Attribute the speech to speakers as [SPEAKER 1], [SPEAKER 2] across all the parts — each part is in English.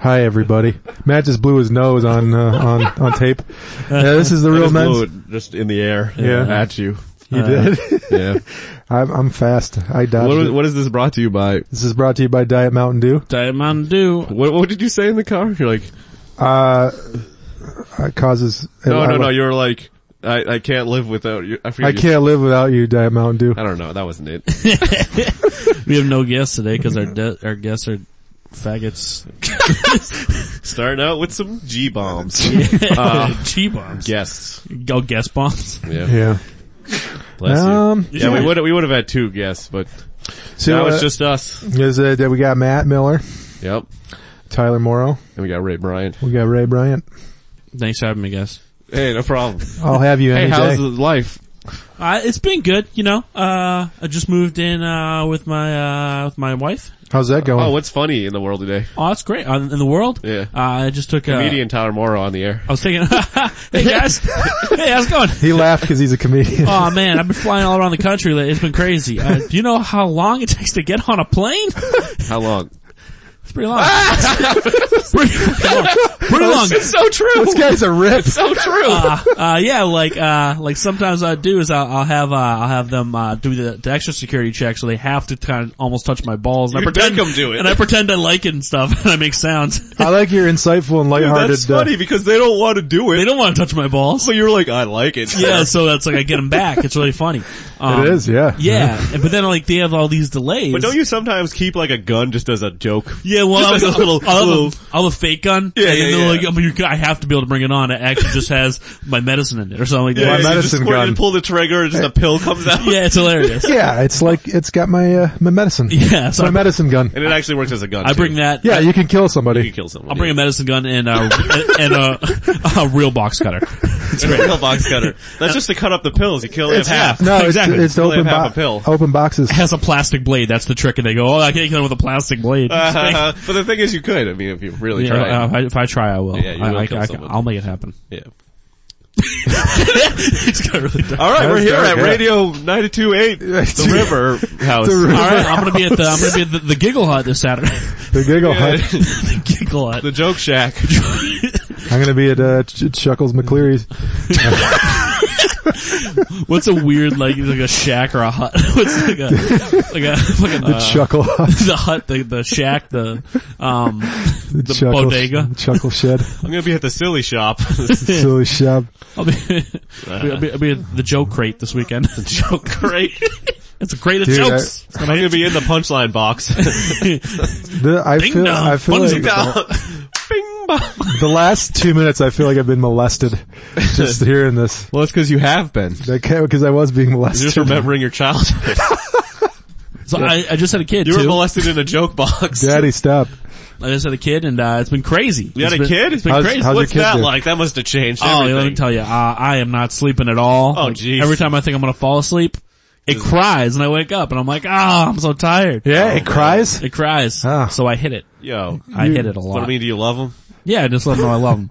[SPEAKER 1] Hi, everybody. Matt just blew his nose on uh, on on tape. Yeah, this is the real
[SPEAKER 2] just blew
[SPEAKER 1] men's.
[SPEAKER 2] it just in the air.
[SPEAKER 1] Yeah.
[SPEAKER 2] At you.
[SPEAKER 3] Uh,
[SPEAKER 1] You did.
[SPEAKER 2] Yeah.
[SPEAKER 1] I'm, I'm fast. I dodged
[SPEAKER 2] what,
[SPEAKER 1] it.
[SPEAKER 2] was- what is this brought to you by?
[SPEAKER 1] This is brought to you by Diet Mountain Dew.
[SPEAKER 3] Diet Mountain Dew.
[SPEAKER 2] What, what did you say in the car? You're like,
[SPEAKER 1] Uh, it causes.
[SPEAKER 2] no,
[SPEAKER 1] I,
[SPEAKER 2] no, no. You were like, I, I can't live without you. I, forget
[SPEAKER 1] I
[SPEAKER 2] you-
[SPEAKER 1] can't live without you, Diet Mountain Dew.
[SPEAKER 2] I don't know. That wasn't it.
[SPEAKER 3] We have no guests today because our de- our guests are faggots.
[SPEAKER 2] Starting out with some G bombs. Uh,
[SPEAKER 3] G bombs.
[SPEAKER 2] Guests.
[SPEAKER 3] Go guess bombs.
[SPEAKER 2] Yeah.
[SPEAKER 1] Yeah.
[SPEAKER 2] Bless you.
[SPEAKER 1] Um,
[SPEAKER 2] Yeah, we would we would have had two guests, but
[SPEAKER 1] So
[SPEAKER 2] that was
[SPEAKER 1] uh,
[SPEAKER 2] just us.
[SPEAKER 1] is, uh, that we got Matt Miller,
[SPEAKER 2] Yep.
[SPEAKER 1] Tyler Morrow,
[SPEAKER 2] And we got Ray Bryant.
[SPEAKER 1] we got Ray Bryant.
[SPEAKER 3] Thanks for having me, guys.
[SPEAKER 2] Hey, no problem.
[SPEAKER 1] I'll have you
[SPEAKER 2] hey,
[SPEAKER 1] any day.
[SPEAKER 2] how's life?
[SPEAKER 3] Uh, it's been good, you know. Uh, I just moved in uh, with my uh, with my wife.
[SPEAKER 1] How's that going?
[SPEAKER 2] Oh, what's funny in the world today?
[SPEAKER 3] Oh, it's great. Uh, in the world,
[SPEAKER 2] Yeah.
[SPEAKER 3] Uh, I just took a.
[SPEAKER 2] Comedian Tyler Morrow on the air.
[SPEAKER 3] I was taking. hey guys, hey, how's it going?
[SPEAKER 1] he laughed because he's a comedian.
[SPEAKER 3] Oh man, I've been flying all around the country. lately. It's been crazy. Uh, do you know how long it takes to get on a plane?
[SPEAKER 2] How long?
[SPEAKER 3] It's pretty long. pretty, pretty long.
[SPEAKER 2] so true.
[SPEAKER 1] this guy's a rip.
[SPEAKER 2] so true.
[SPEAKER 3] Uh, uh, yeah, like, uh, like sometimes I do is I'll, I'll have, uh, I'll have them, uh, do the, the extra security check so they have to kind of almost touch my balls. And
[SPEAKER 2] You
[SPEAKER 3] I pretend,
[SPEAKER 2] make 'em do it.
[SPEAKER 3] And I pretend I like it and stuff and I make sounds.
[SPEAKER 1] I like your insightful and lighthearted.
[SPEAKER 2] That's
[SPEAKER 1] uh,
[SPEAKER 2] funny because they don't want to do
[SPEAKER 3] They
[SPEAKER 2] it.
[SPEAKER 3] don't want to touch my balls.
[SPEAKER 2] So you're like, I like it.
[SPEAKER 3] Yeah, so that's like I get them back. It's really funny. Um,
[SPEAKER 1] it is, yeah.
[SPEAKER 3] Yeah, and- but then like they have all these delays.
[SPEAKER 2] But don't you sometimes keep like a gun just as a joke?
[SPEAKER 3] Yeah, well,
[SPEAKER 2] Just
[SPEAKER 3] I'll,
[SPEAKER 2] like a little-
[SPEAKER 3] I'll,
[SPEAKER 2] little-
[SPEAKER 3] have a, I'll have a fake gun.
[SPEAKER 2] Yeah,
[SPEAKER 3] and
[SPEAKER 2] yeah,
[SPEAKER 3] then
[SPEAKER 2] yeah.
[SPEAKER 3] they're Like, oh, but you- I have to be able to bring it on. It actually just has my medicine in it or something like
[SPEAKER 2] Yeah,
[SPEAKER 1] My
[SPEAKER 3] that.
[SPEAKER 2] you
[SPEAKER 3] Yeah,
[SPEAKER 1] med- medicine
[SPEAKER 2] just squirt
[SPEAKER 1] gun.
[SPEAKER 2] and pull the trigger, and just a pill comes out,
[SPEAKER 3] it's hilarious.
[SPEAKER 1] Yeah, it's like it's got my uh, my medicine.
[SPEAKER 3] Yeah, so
[SPEAKER 1] my
[SPEAKER 3] I,
[SPEAKER 1] medicine gun.
[SPEAKER 2] and it actually works as a gun.
[SPEAKER 3] I
[SPEAKER 2] too.
[SPEAKER 3] bring that.
[SPEAKER 1] Yeah, you can kill
[SPEAKER 2] You
[SPEAKER 1] somebody.
[SPEAKER 2] can kill someone.
[SPEAKER 3] I'll bring a medicine gun and a, and a, a real box cutter.
[SPEAKER 2] It's a real box cutter. That's just to cut up the pills. You kill it in half.
[SPEAKER 1] No,
[SPEAKER 3] Exactly.
[SPEAKER 1] it's, it's
[SPEAKER 2] Only
[SPEAKER 1] open,
[SPEAKER 2] have half
[SPEAKER 1] bo-
[SPEAKER 2] a pill.
[SPEAKER 1] open boxes.
[SPEAKER 3] It has a plastic blade. That's the trick. And they go, oh, I can't kill him with a plastic blade.
[SPEAKER 2] Uh, but the thing is, you could. I mean, if you really
[SPEAKER 3] Yeah,
[SPEAKER 2] try.
[SPEAKER 3] uh, if I- if I try, I will.
[SPEAKER 2] Yeah, you
[SPEAKER 3] I,
[SPEAKER 2] will
[SPEAKER 3] I,
[SPEAKER 2] kill
[SPEAKER 3] I,
[SPEAKER 2] someone.
[SPEAKER 3] will make it happen.
[SPEAKER 2] yeah.
[SPEAKER 3] it's got really dark.
[SPEAKER 2] All right, we're
[SPEAKER 1] That's
[SPEAKER 2] here
[SPEAKER 1] dark,
[SPEAKER 2] at
[SPEAKER 1] yeah.
[SPEAKER 2] Radio 92.8, the River House.
[SPEAKER 1] The river-
[SPEAKER 3] All right, I'm gonna be at the I'm gonna be at the, the Giggle Hut this Saturday.
[SPEAKER 1] The giggle hut.
[SPEAKER 2] the
[SPEAKER 3] the Giggle Hut.
[SPEAKER 2] Joke Shack.
[SPEAKER 1] I'm gonna be at uh, Ch- Ch- Chuckles McCleary's.
[SPEAKER 3] What's a weird like like a shack or a hut? What's like a like a fucking uh,
[SPEAKER 1] Chuckle hut.
[SPEAKER 3] the hut, the the shack, the um the,
[SPEAKER 1] Chuckle-
[SPEAKER 3] bodega.
[SPEAKER 1] Chuckle shed.
[SPEAKER 2] I'm gonna be at the Silly Shop.
[SPEAKER 1] Silly shop.
[SPEAKER 3] I'll be, I'll be, I'll be at the joke crate this weekend. The joke crate. it's a crate of
[SPEAKER 1] Dude,
[SPEAKER 3] jokes.
[SPEAKER 2] I'm gonna be in the punchline box.
[SPEAKER 1] The- I
[SPEAKER 3] Ding
[SPEAKER 1] feel.
[SPEAKER 3] dong.
[SPEAKER 1] I feel
[SPEAKER 3] Bunzi
[SPEAKER 1] like the,
[SPEAKER 2] No. Bing bong.
[SPEAKER 1] last two minutes. I feel like I've been molested. Just hearing this.
[SPEAKER 2] Well, it's because you have been.
[SPEAKER 1] Because I was being molested.
[SPEAKER 2] Just remembering your childhood.
[SPEAKER 3] So I, I just had a kid
[SPEAKER 2] You were
[SPEAKER 3] too.
[SPEAKER 2] molested in a joke box.
[SPEAKER 1] Daddy, stop.
[SPEAKER 3] I just had a kid, and uh, it's been crazy.
[SPEAKER 2] You had
[SPEAKER 3] It's
[SPEAKER 2] a
[SPEAKER 3] been-
[SPEAKER 2] kid?
[SPEAKER 3] It's been
[SPEAKER 1] How's-
[SPEAKER 3] crazy.
[SPEAKER 1] how's
[SPEAKER 2] What's
[SPEAKER 1] your kid
[SPEAKER 2] that
[SPEAKER 1] do?
[SPEAKER 2] like? That must have changed
[SPEAKER 3] Oh,
[SPEAKER 2] everything.
[SPEAKER 3] let me tell you, uh, I am not sleeping at all.
[SPEAKER 2] Oh,
[SPEAKER 3] Like,
[SPEAKER 2] jeez.
[SPEAKER 3] Every time I think I'm gonna fall asleep, it cries, and I wake up, and I'm like, ah, I'm so tired. Oh.
[SPEAKER 1] Yeah, it cries.
[SPEAKER 3] It cries,
[SPEAKER 1] Ah.
[SPEAKER 3] so I hit it.
[SPEAKER 2] Yo.
[SPEAKER 3] I
[SPEAKER 1] You-
[SPEAKER 3] hit it a lot.
[SPEAKER 2] What I mean, do you love him?
[SPEAKER 3] Yeah, just let them know I love them.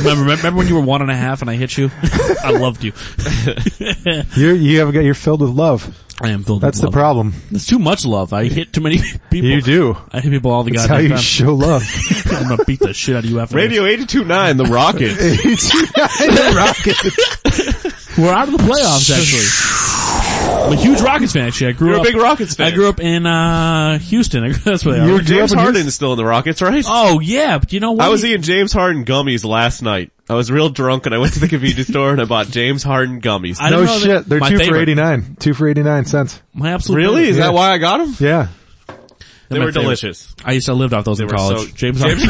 [SPEAKER 3] remember, remember when you were one and a half and I hit you? I loved you.
[SPEAKER 1] You you have got. You're filled with love.
[SPEAKER 3] I am filled
[SPEAKER 1] That's
[SPEAKER 3] with
[SPEAKER 1] the
[SPEAKER 3] love.
[SPEAKER 1] problem.
[SPEAKER 3] There's too much love. I hit too many people.
[SPEAKER 1] You do.
[SPEAKER 3] I hit people all the
[SPEAKER 1] That's how
[SPEAKER 3] goddamn
[SPEAKER 1] you
[SPEAKER 3] time.
[SPEAKER 1] show love.
[SPEAKER 3] I'm gonna beat the shit out of you after
[SPEAKER 2] Radio 829, The Rocket.
[SPEAKER 1] Rocket.
[SPEAKER 3] this. We're out of the playoffs actually. I'm a huge Rockets fan actually. I grew
[SPEAKER 2] You're a
[SPEAKER 3] up.
[SPEAKER 2] big Rockets fan.
[SPEAKER 3] I grew up in uh Houston. I grew, that's where they
[SPEAKER 1] You're-
[SPEAKER 3] are.
[SPEAKER 1] grew up
[SPEAKER 2] James
[SPEAKER 1] in
[SPEAKER 2] Harden's still in the Rockets, right?
[SPEAKER 3] Oh yeah, but you know what?
[SPEAKER 2] I was eating James Harden gummies last night. I was real drunk and I went to the convenience store and I bought James Harden gummies.
[SPEAKER 3] I
[SPEAKER 1] No
[SPEAKER 3] don't know that-
[SPEAKER 1] shit. They're
[SPEAKER 3] my
[SPEAKER 1] two for
[SPEAKER 3] favorite.
[SPEAKER 1] eighty nine. Two for eighty nine cents.
[SPEAKER 3] My absolute
[SPEAKER 2] Really? Is
[SPEAKER 3] favorite.
[SPEAKER 2] that why I got them?
[SPEAKER 1] Yeah.
[SPEAKER 2] They
[SPEAKER 3] my
[SPEAKER 2] were
[SPEAKER 3] favorite.
[SPEAKER 2] delicious.
[SPEAKER 3] I used to live off those in
[SPEAKER 2] were so-
[SPEAKER 3] college. James, Harden.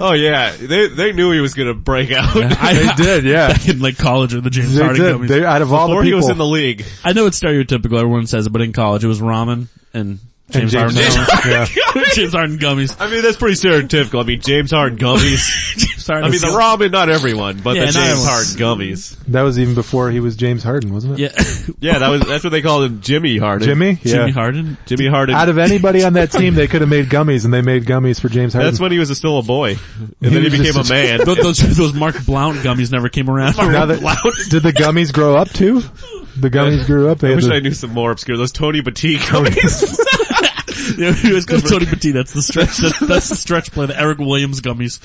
[SPEAKER 2] Oh yeah, they they knew he was gonna break out.
[SPEAKER 3] I,
[SPEAKER 1] They did, yeah.
[SPEAKER 3] Back in like college or the James
[SPEAKER 1] They
[SPEAKER 3] Harden
[SPEAKER 1] did.
[SPEAKER 3] gummies.
[SPEAKER 1] They, out of all
[SPEAKER 2] Before
[SPEAKER 1] the
[SPEAKER 2] he
[SPEAKER 1] people,
[SPEAKER 2] was in the league.
[SPEAKER 3] I know it's stereotypical. Everyone says it, but in college, it was ramen and James,
[SPEAKER 1] James-
[SPEAKER 3] Harden.
[SPEAKER 1] Yeah.
[SPEAKER 3] James Harden gummies.
[SPEAKER 2] I mean, that's pretty stereotypical. I mean, James Harden gummies.
[SPEAKER 3] Sorry.
[SPEAKER 2] I mean, the ramen, not everyone, but
[SPEAKER 3] Yeah,
[SPEAKER 2] the
[SPEAKER 3] not
[SPEAKER 2] James
[SPEAKER 3] everyone.
[SPEAKER 2] Harden gummies.
[SPEAKER 1] that was even before he was James Harden, wasn't it?
[SPEAKER 3] Yeah.
[SPEAKER 2] Yeah, that was that's what they called him, Jimmy Harden.
[SPEAKER 1] Jimmy? Yeah.
[SPEAKER 3] Jimmy Harden.
[SPEAKER 2] Jimmy Harden.
[SPEAKER 1] Out of anybody on that team, they could have made gummies and they made gummies for James Harden.
[SPEAKER 2] that's when he was still a boy, and then he
[SPEAKER 1] was
[SPEAKER 2] became a
[SPEAKER 1] just
[SPEAKER 2] man.
[SPEAKER 3] Those, those, those Mark Blount gummies never came around.
[SPEAKER 1] now that, did the gummies grow up too? The gummies grew up. They
[SPEAKER 2] I
[SPEAKER 1] had
[SPEAKER 2] wish
[SPEAKER 1] the-
[SPEAKER 2] I knew some more obscure. Those Tony Batiste gummies.
[SPEAKER 3] Yeah, he was called Tony Petit. That's the stretch. That's, that's the stretch play. The Eric Williams gummies.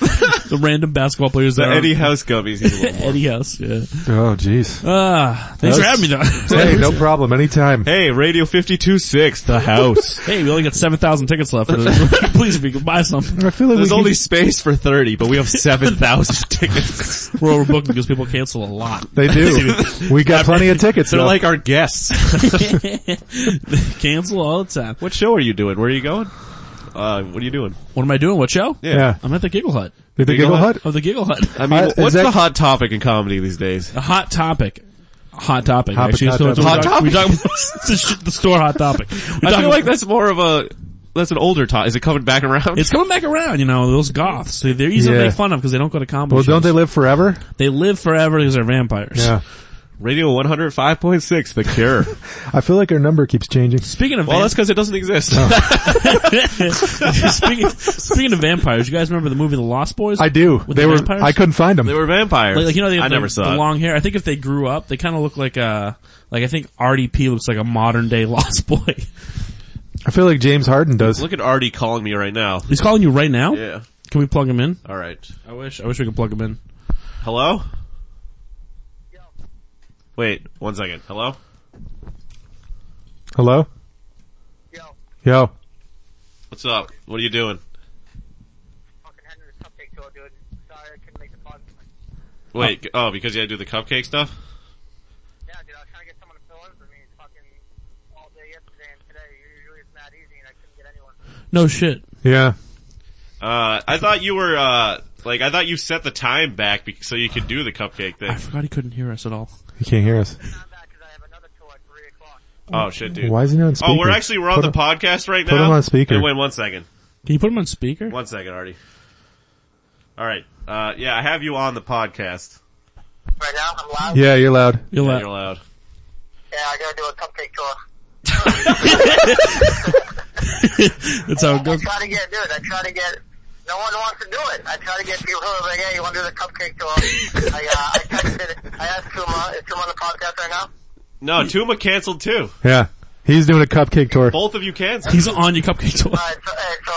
[SPEAKER 3] The random basketball players.
[SPEAKER 2] The
[SPEAKER 3] that are-
[SPEAKER 2] Eddie House gummies. He's a little more.
[SPEAKER 3] Eddie House. Yeah.
[SPEAKER 1] Oh, jeez.
[SPEAKER 3] Ah, thanks for
[SPEAKER 1] That's-
[SPEAKER 3] having me though.
[SPEAKER 1] Hey, no problem. Anytime.
[SPEAKER 2] Hey, Radio 52.6, the house.
[SPEAKER 3] hey, we only got seven thousand tickets left. For this. Please, if you could buy some.
[SPEAKER 1] I feel like
[SPEAKER 2] There's
[SPEAKER 1] we
[SPEAKER 2] only
[SPEAKER 1] keep-
[SPEAKER 2] space for 30, but we have 7,000 tickets.
[SPEAKER 3] We're overbooked because people cancel a lot.
[SPEAKER 1] they do. we got plenty of tickets.
[SPEAKER 2] They're
[SPEAKER 1] though.
[SPEAKER 2] like our guests.
[SPEAKER 3] cancel all the time.
[SPEAKER 2] What show are you doing? Where are you going? Uh, what are you doing?
[SPEAKER 3] What am I doing? What show?
[SPEAKER 1] yeah.
[SPEAKER 3] I'm at the Giggle Hut.
[SPEAKER 1] Did they
[SPEAKER 2] Giggle
[SPEAKER 1] giggle hut?
[SPEAKER 3] Oh, the Giggle Hut.
[SPEAKER 2] I mean,
[SPEAKER 1] Uh, is
[SPEAKER 2] what's
[SPEAKER 1] that-
[SPEAKER 2] the hot topic in comedy these days?
[SPEAKER 3] A hot topic. Hot topic.
[SPEAKER 1] Hot-
[SPEAKER 3] Actually,
[SPEAKER 1] hot
[SPEAKER 3] so it's-
[SPEAKER 1] topic.
[SPEAKER 2] Hot
[SPEAKER 3] we talk- we talk about the, sh- the store hot topic. We
[SPEAKER 2] I
[SPEAKER 3] talk
[SPEAKER 2] feel
[SPEAKER 3] about-
[SPEAKER 2] like that's more of a, that's an older topic. Is it coming back around?
[SPEAKER 3] it's coming back around. You know those goths. They- They're easy
[SPEAKER 1] Yeah.
[SPEAKER 3] to make fun of because they don't go to comedy.
[SPEAKER 1] Well,
[SPEAKER 3] shows.
[SPEAKER 1] don't they live forever?
[SPEAKER 3] They live forever because they're vampires.
[SPEAKER 1] Yeah.
[SPEAKER 2] Radio 105.6, The Cure.
[SPEAKER 1] I feel like our number keeps changing.
[SPEAKER 3] Speaking of
[SPEAKER 2] well, that's
[SPEAKER 3] vamp-
[SPEAKER 2] because it doesn't exist.
[SPEAKER 3] speaking, speaking of vampires, you guys remember the movie The Lost Boys?
[SPEAKER 1] I do.
[SPEAKER 3] With
[SPEAKER 1] they
[SPEAKER 3] the
[SPEAKER 1] were.
[SPEAKER 3] vampires?
[SPEAKER 1] I couldn't find them.
[SPEAKER 2] they were vampires.
[SPEAKER 3] Like, like, you know, they have
[SPEAKER 2] I
[SPEAKER 3] the,
[SPEAKER 2] never saw
[SPEAKER 3] the
[SPEAKER 2] it.
[SPEAKER 3] long hair. I think if they grew up, they kind of look like a like I think RDP looks like a modern day Lost Boy.
[SPEAKER 1] I feel like James Harden does.
[SPEAKER 2] Look at Artie calling me right now.
[SPEAKER 3] He's calling you right now.
[SPEAKER 2] Yeah.
[SPEAKER 3] Can we plug him in?
[SPEAKER 2] All right.
[SPEAKER 3] I wish. I wish we could plug him in.
[SPEAKER 2] Hello? Wait, one second. Hello?
[SPEAKER 1] Hello.
[SPEAKER 4] Yo,
[SPEAKER 1] Yo.
[SPEAKER 2] What's up? What are you doing?
[SPEAKER 4] fucking Henry, there's something to dude. Sorry, I couldn't make the pod.
[SPEAKER 2] Wait, oh, because you had to do the cupcake stuff?
[SPEAKER 4] Yeah, dude, I was trying to get someone to fill in for me fucking all day yesterday and today. Usually it's not easy and I couldn't get anyone.
[SPEAKER 3] No shit.
[SPEAKER 1] Yeah.
[SPEAKER 2] Uh, I thought you were, uh, like, I thought you set the time back be- so you could do the cupcake
[SPEAKER 3] I
[SPEAKER 2] thing.
[SPEAKER 3] forgot he couldn't hear us at all.
[SPEAKER 1] He can't hear us.
[SPEAKER 4] I'm back because I have another tour at 3 o'clock.
[SPEAKER 2] Oh shit, dude.
[SPEAKER 1] Why isn't he on speaker?
[SPEAKER 2] Oh, we're actually, we're on
[SPEAKER 1] Put
[SPEAKER 2] the
[SPEAKER 1] him-
[SPEAKER 2] podcast right
[SPEAKER 1] put
[SPEAKER 2] now.
[SPEAKER 1] him on speaker.
[SPEAKER 2] Hey, wait, one second.
[SPEAKER 3] Can you put him on speaker?
[SPEAKER 2] One second, Artie. Alright, uh, yeah, I have you on the podcast.
[SPEAKER 4] Right now, I'm live.
[SPEAKER 1] Yeah, you're loud.
[SPEAKER 3] You'll
[SPEAKER 2] Yeah,
[SPEAKER 3] let-
[SPEAKER 2] You're loud.
[SPEAKER 4] Yeah, I gotta do a cupcake tour.
[SPEAKER 3] That's how it
[SPEAKER 4] I
[SPEAKER 3] goes.
[SPEAKER 4] try to get, dude, I try to get, no one wants to do it. I try to get people who are like, hey, you wanna do the cupcake tour? I, uh, I texted, I asked Tuma, is Tuma on the podcast right now?
[SPEAKER 2] No, Tuma canceled too.
[SPEAKER 1] Yeah. He's doing a cupcake tour.
[SPEAKER 3] Oh.
[SPEAKER 2] Both of you canceled.
[SPEAKER 3] He's on your cupcake tour.
[SPEAKER 4] Alright, so, hey, so,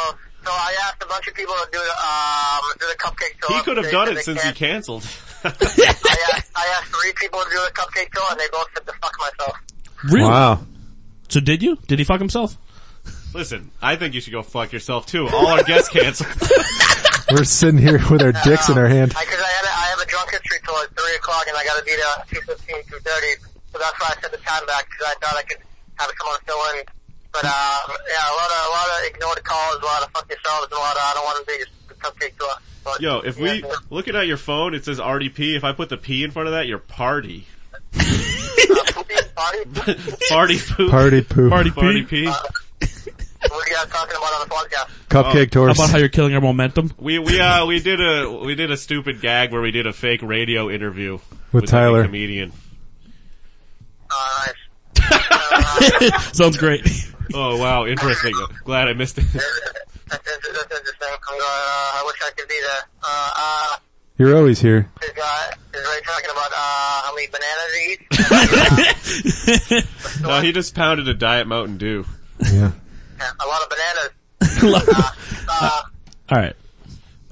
[SPEAKER 4] so I asked a bunch of people to do, the, um, do the cupcake tour.
[SPEAKER 2] He could have
[SPEAKER 4] They
[SPEAKER 2] done
[SPEAKER 4] said
[SPEAKER 2] it
[SPEAKER 4] they
[SPEAKER 2] since he
[SPEAKER 4] can't.
[SPEAKER 2] canceled.
[SPEAKER 4] I asked, I asked three people to do the cupcake tour, and they both said to fuck myself.
[SPEAKER 3] Really?
[SPEAKER 1] Wow.
[SPEAKER 3] So did you? Did he fuck himself?
[SPEAKER 2] Listen, I think you should go fuck yourself too. All our guests canceled.
[SPEAKER 1] We're sitting here with our dicks in our hand.
[SPEAKER 4] Because I, had a, I have a drunk history tour at three o'clock, and I got to be there at two fifteen, two thirty. So that's why I set the time back because I thought I could have someone fill in. But uh, yeah, a lot of a lot of ignored calls, a lot of fuck yourselves, and a lot of I don't want to be the cupcake tour. But,
[SPEAKER 2] Yo, if we
[SPEAKER 4] Yeah,
[SPEAKER 2] looking at your phone, it says RDP. If I put the P in front of that, you're party.
[SPEAKER 4] uh, poopy party.
[SPEAKER 2] Party poop.
[SPEAKER 1] Party poo.
[SPEAKER 3] Party
[SPEAKER 2] Party P.
[SPEAKER 3] P.
[SPEAKER 4] What are you guys talking about on the podcast?
[SPEAKER 1] Cupcake
[SPEAKER 3] Oh, How
[SPEAKER 1] tours.
[SPEAKER 3] about how you're killing our momentum?
[SPEAKER 2] We we uh we did a we did a stupid gag where we did a fake radio interview with, like, a
[SPEAKER 1] Tyler.
[SPEAKER 2] comedian.
[SPEAKER 4] Uh, nice.
[SPEAKER 3] Sounds great.
[SPEAKER 2] Oh wow, interesting. Glad I missed it.
[SPEAKER 4] That's, inter- that's interesting. I'm going, uh, I wish I could be there. Uh, uh,
[SPEAKER 1] You're always here.
[SPEAKER 4] is, uh, is Ray talking about uh, how many bananas he eats?
[SPEAKER 2] No, he just pounded a diet Mountain Dew.
[SPEAKER 1] Yeah.
[SPEAKER 4] Yeah, a lot of bananas. Uh,
[SPEAKER 3] all right.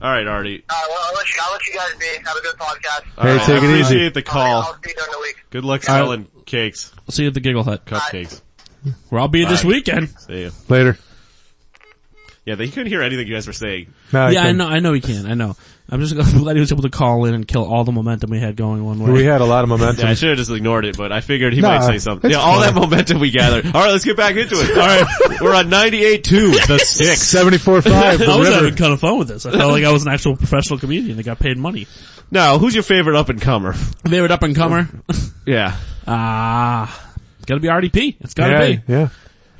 [SPEAKER 2] All right, Artie.
[SPEAKER 4] uh, well, I'll let, you, I'll let you guys be. Have a good podcast.
[SPEAKER 2] All right,
[SPEAKER 1] take it
[SPEAKER 2] I
[SPEAKER 1] easy.
[SPEAKER 2] appreciate the
[SPEAKER 4] I'll,
[SPEAKER 2] call.
[SPEAKER 4] I'll see you during the week.
[SPEAKER 2] Good luck selling cakes,
[SPEAKER 3] I'll see you at the Giggle Hut,
[SPEAKER 2] cupcakes.
[SPEAKER 3] where I'll be this
[SPEAKER 2] Bye.
[SPEAKER 3] weekend.
[SPEAKER 2] See ya.
[SPEAKER 1] Later.
[SPEAKER 2] Yeah, they couldn't hear anything you guys were saying.
[SPEAKER 1] No,
[SPEAKER 3] yeah, I
[SPEAKER 1] couldn't.
[SPEAKER 3] know. I know he can. I know. I'm just glad he was able to call in and kill all the momentum we had going one way.
[SPEAKER 1] We had a lot of
[SPEAKER 2] Yeah, I
[SPEAKER 1] momentum.
[SPEAKER 2] should have just ignored it, but I figured he
[SPEAKER 1] Nah,
[SPEAKER 2] might say something.
[SPEAKER 1] it's
[SPEAKER 2] Yeah, all
[SPEAKER 1] fine.
[SPEAKER 2] that momentum we gathered. All right, let's get back into it. All right, we're on 98.2, the six.
[SPEAKER 1] 74 5.
[SPEAKER 3] I was
[SPEAKER 1] The
[SPEAKER 3] having
[SPEAKER 1] river.
[SPEAKER 3] kind of fun with this. I felt like I was an actual professional comedian that got paid money.
[SPEAKER 2] Now, who's your favorite up and comer?
[SPEAKER 3] Favorite up and comer?
[SPEAKER 2] Yeah,
[SPEAKER 3] Ah, it's gotta be RDP. It's gotta
[SPEAKER 1] Yeah,
[SPEAKER 3] be.
[SPEAKER 1] yeah.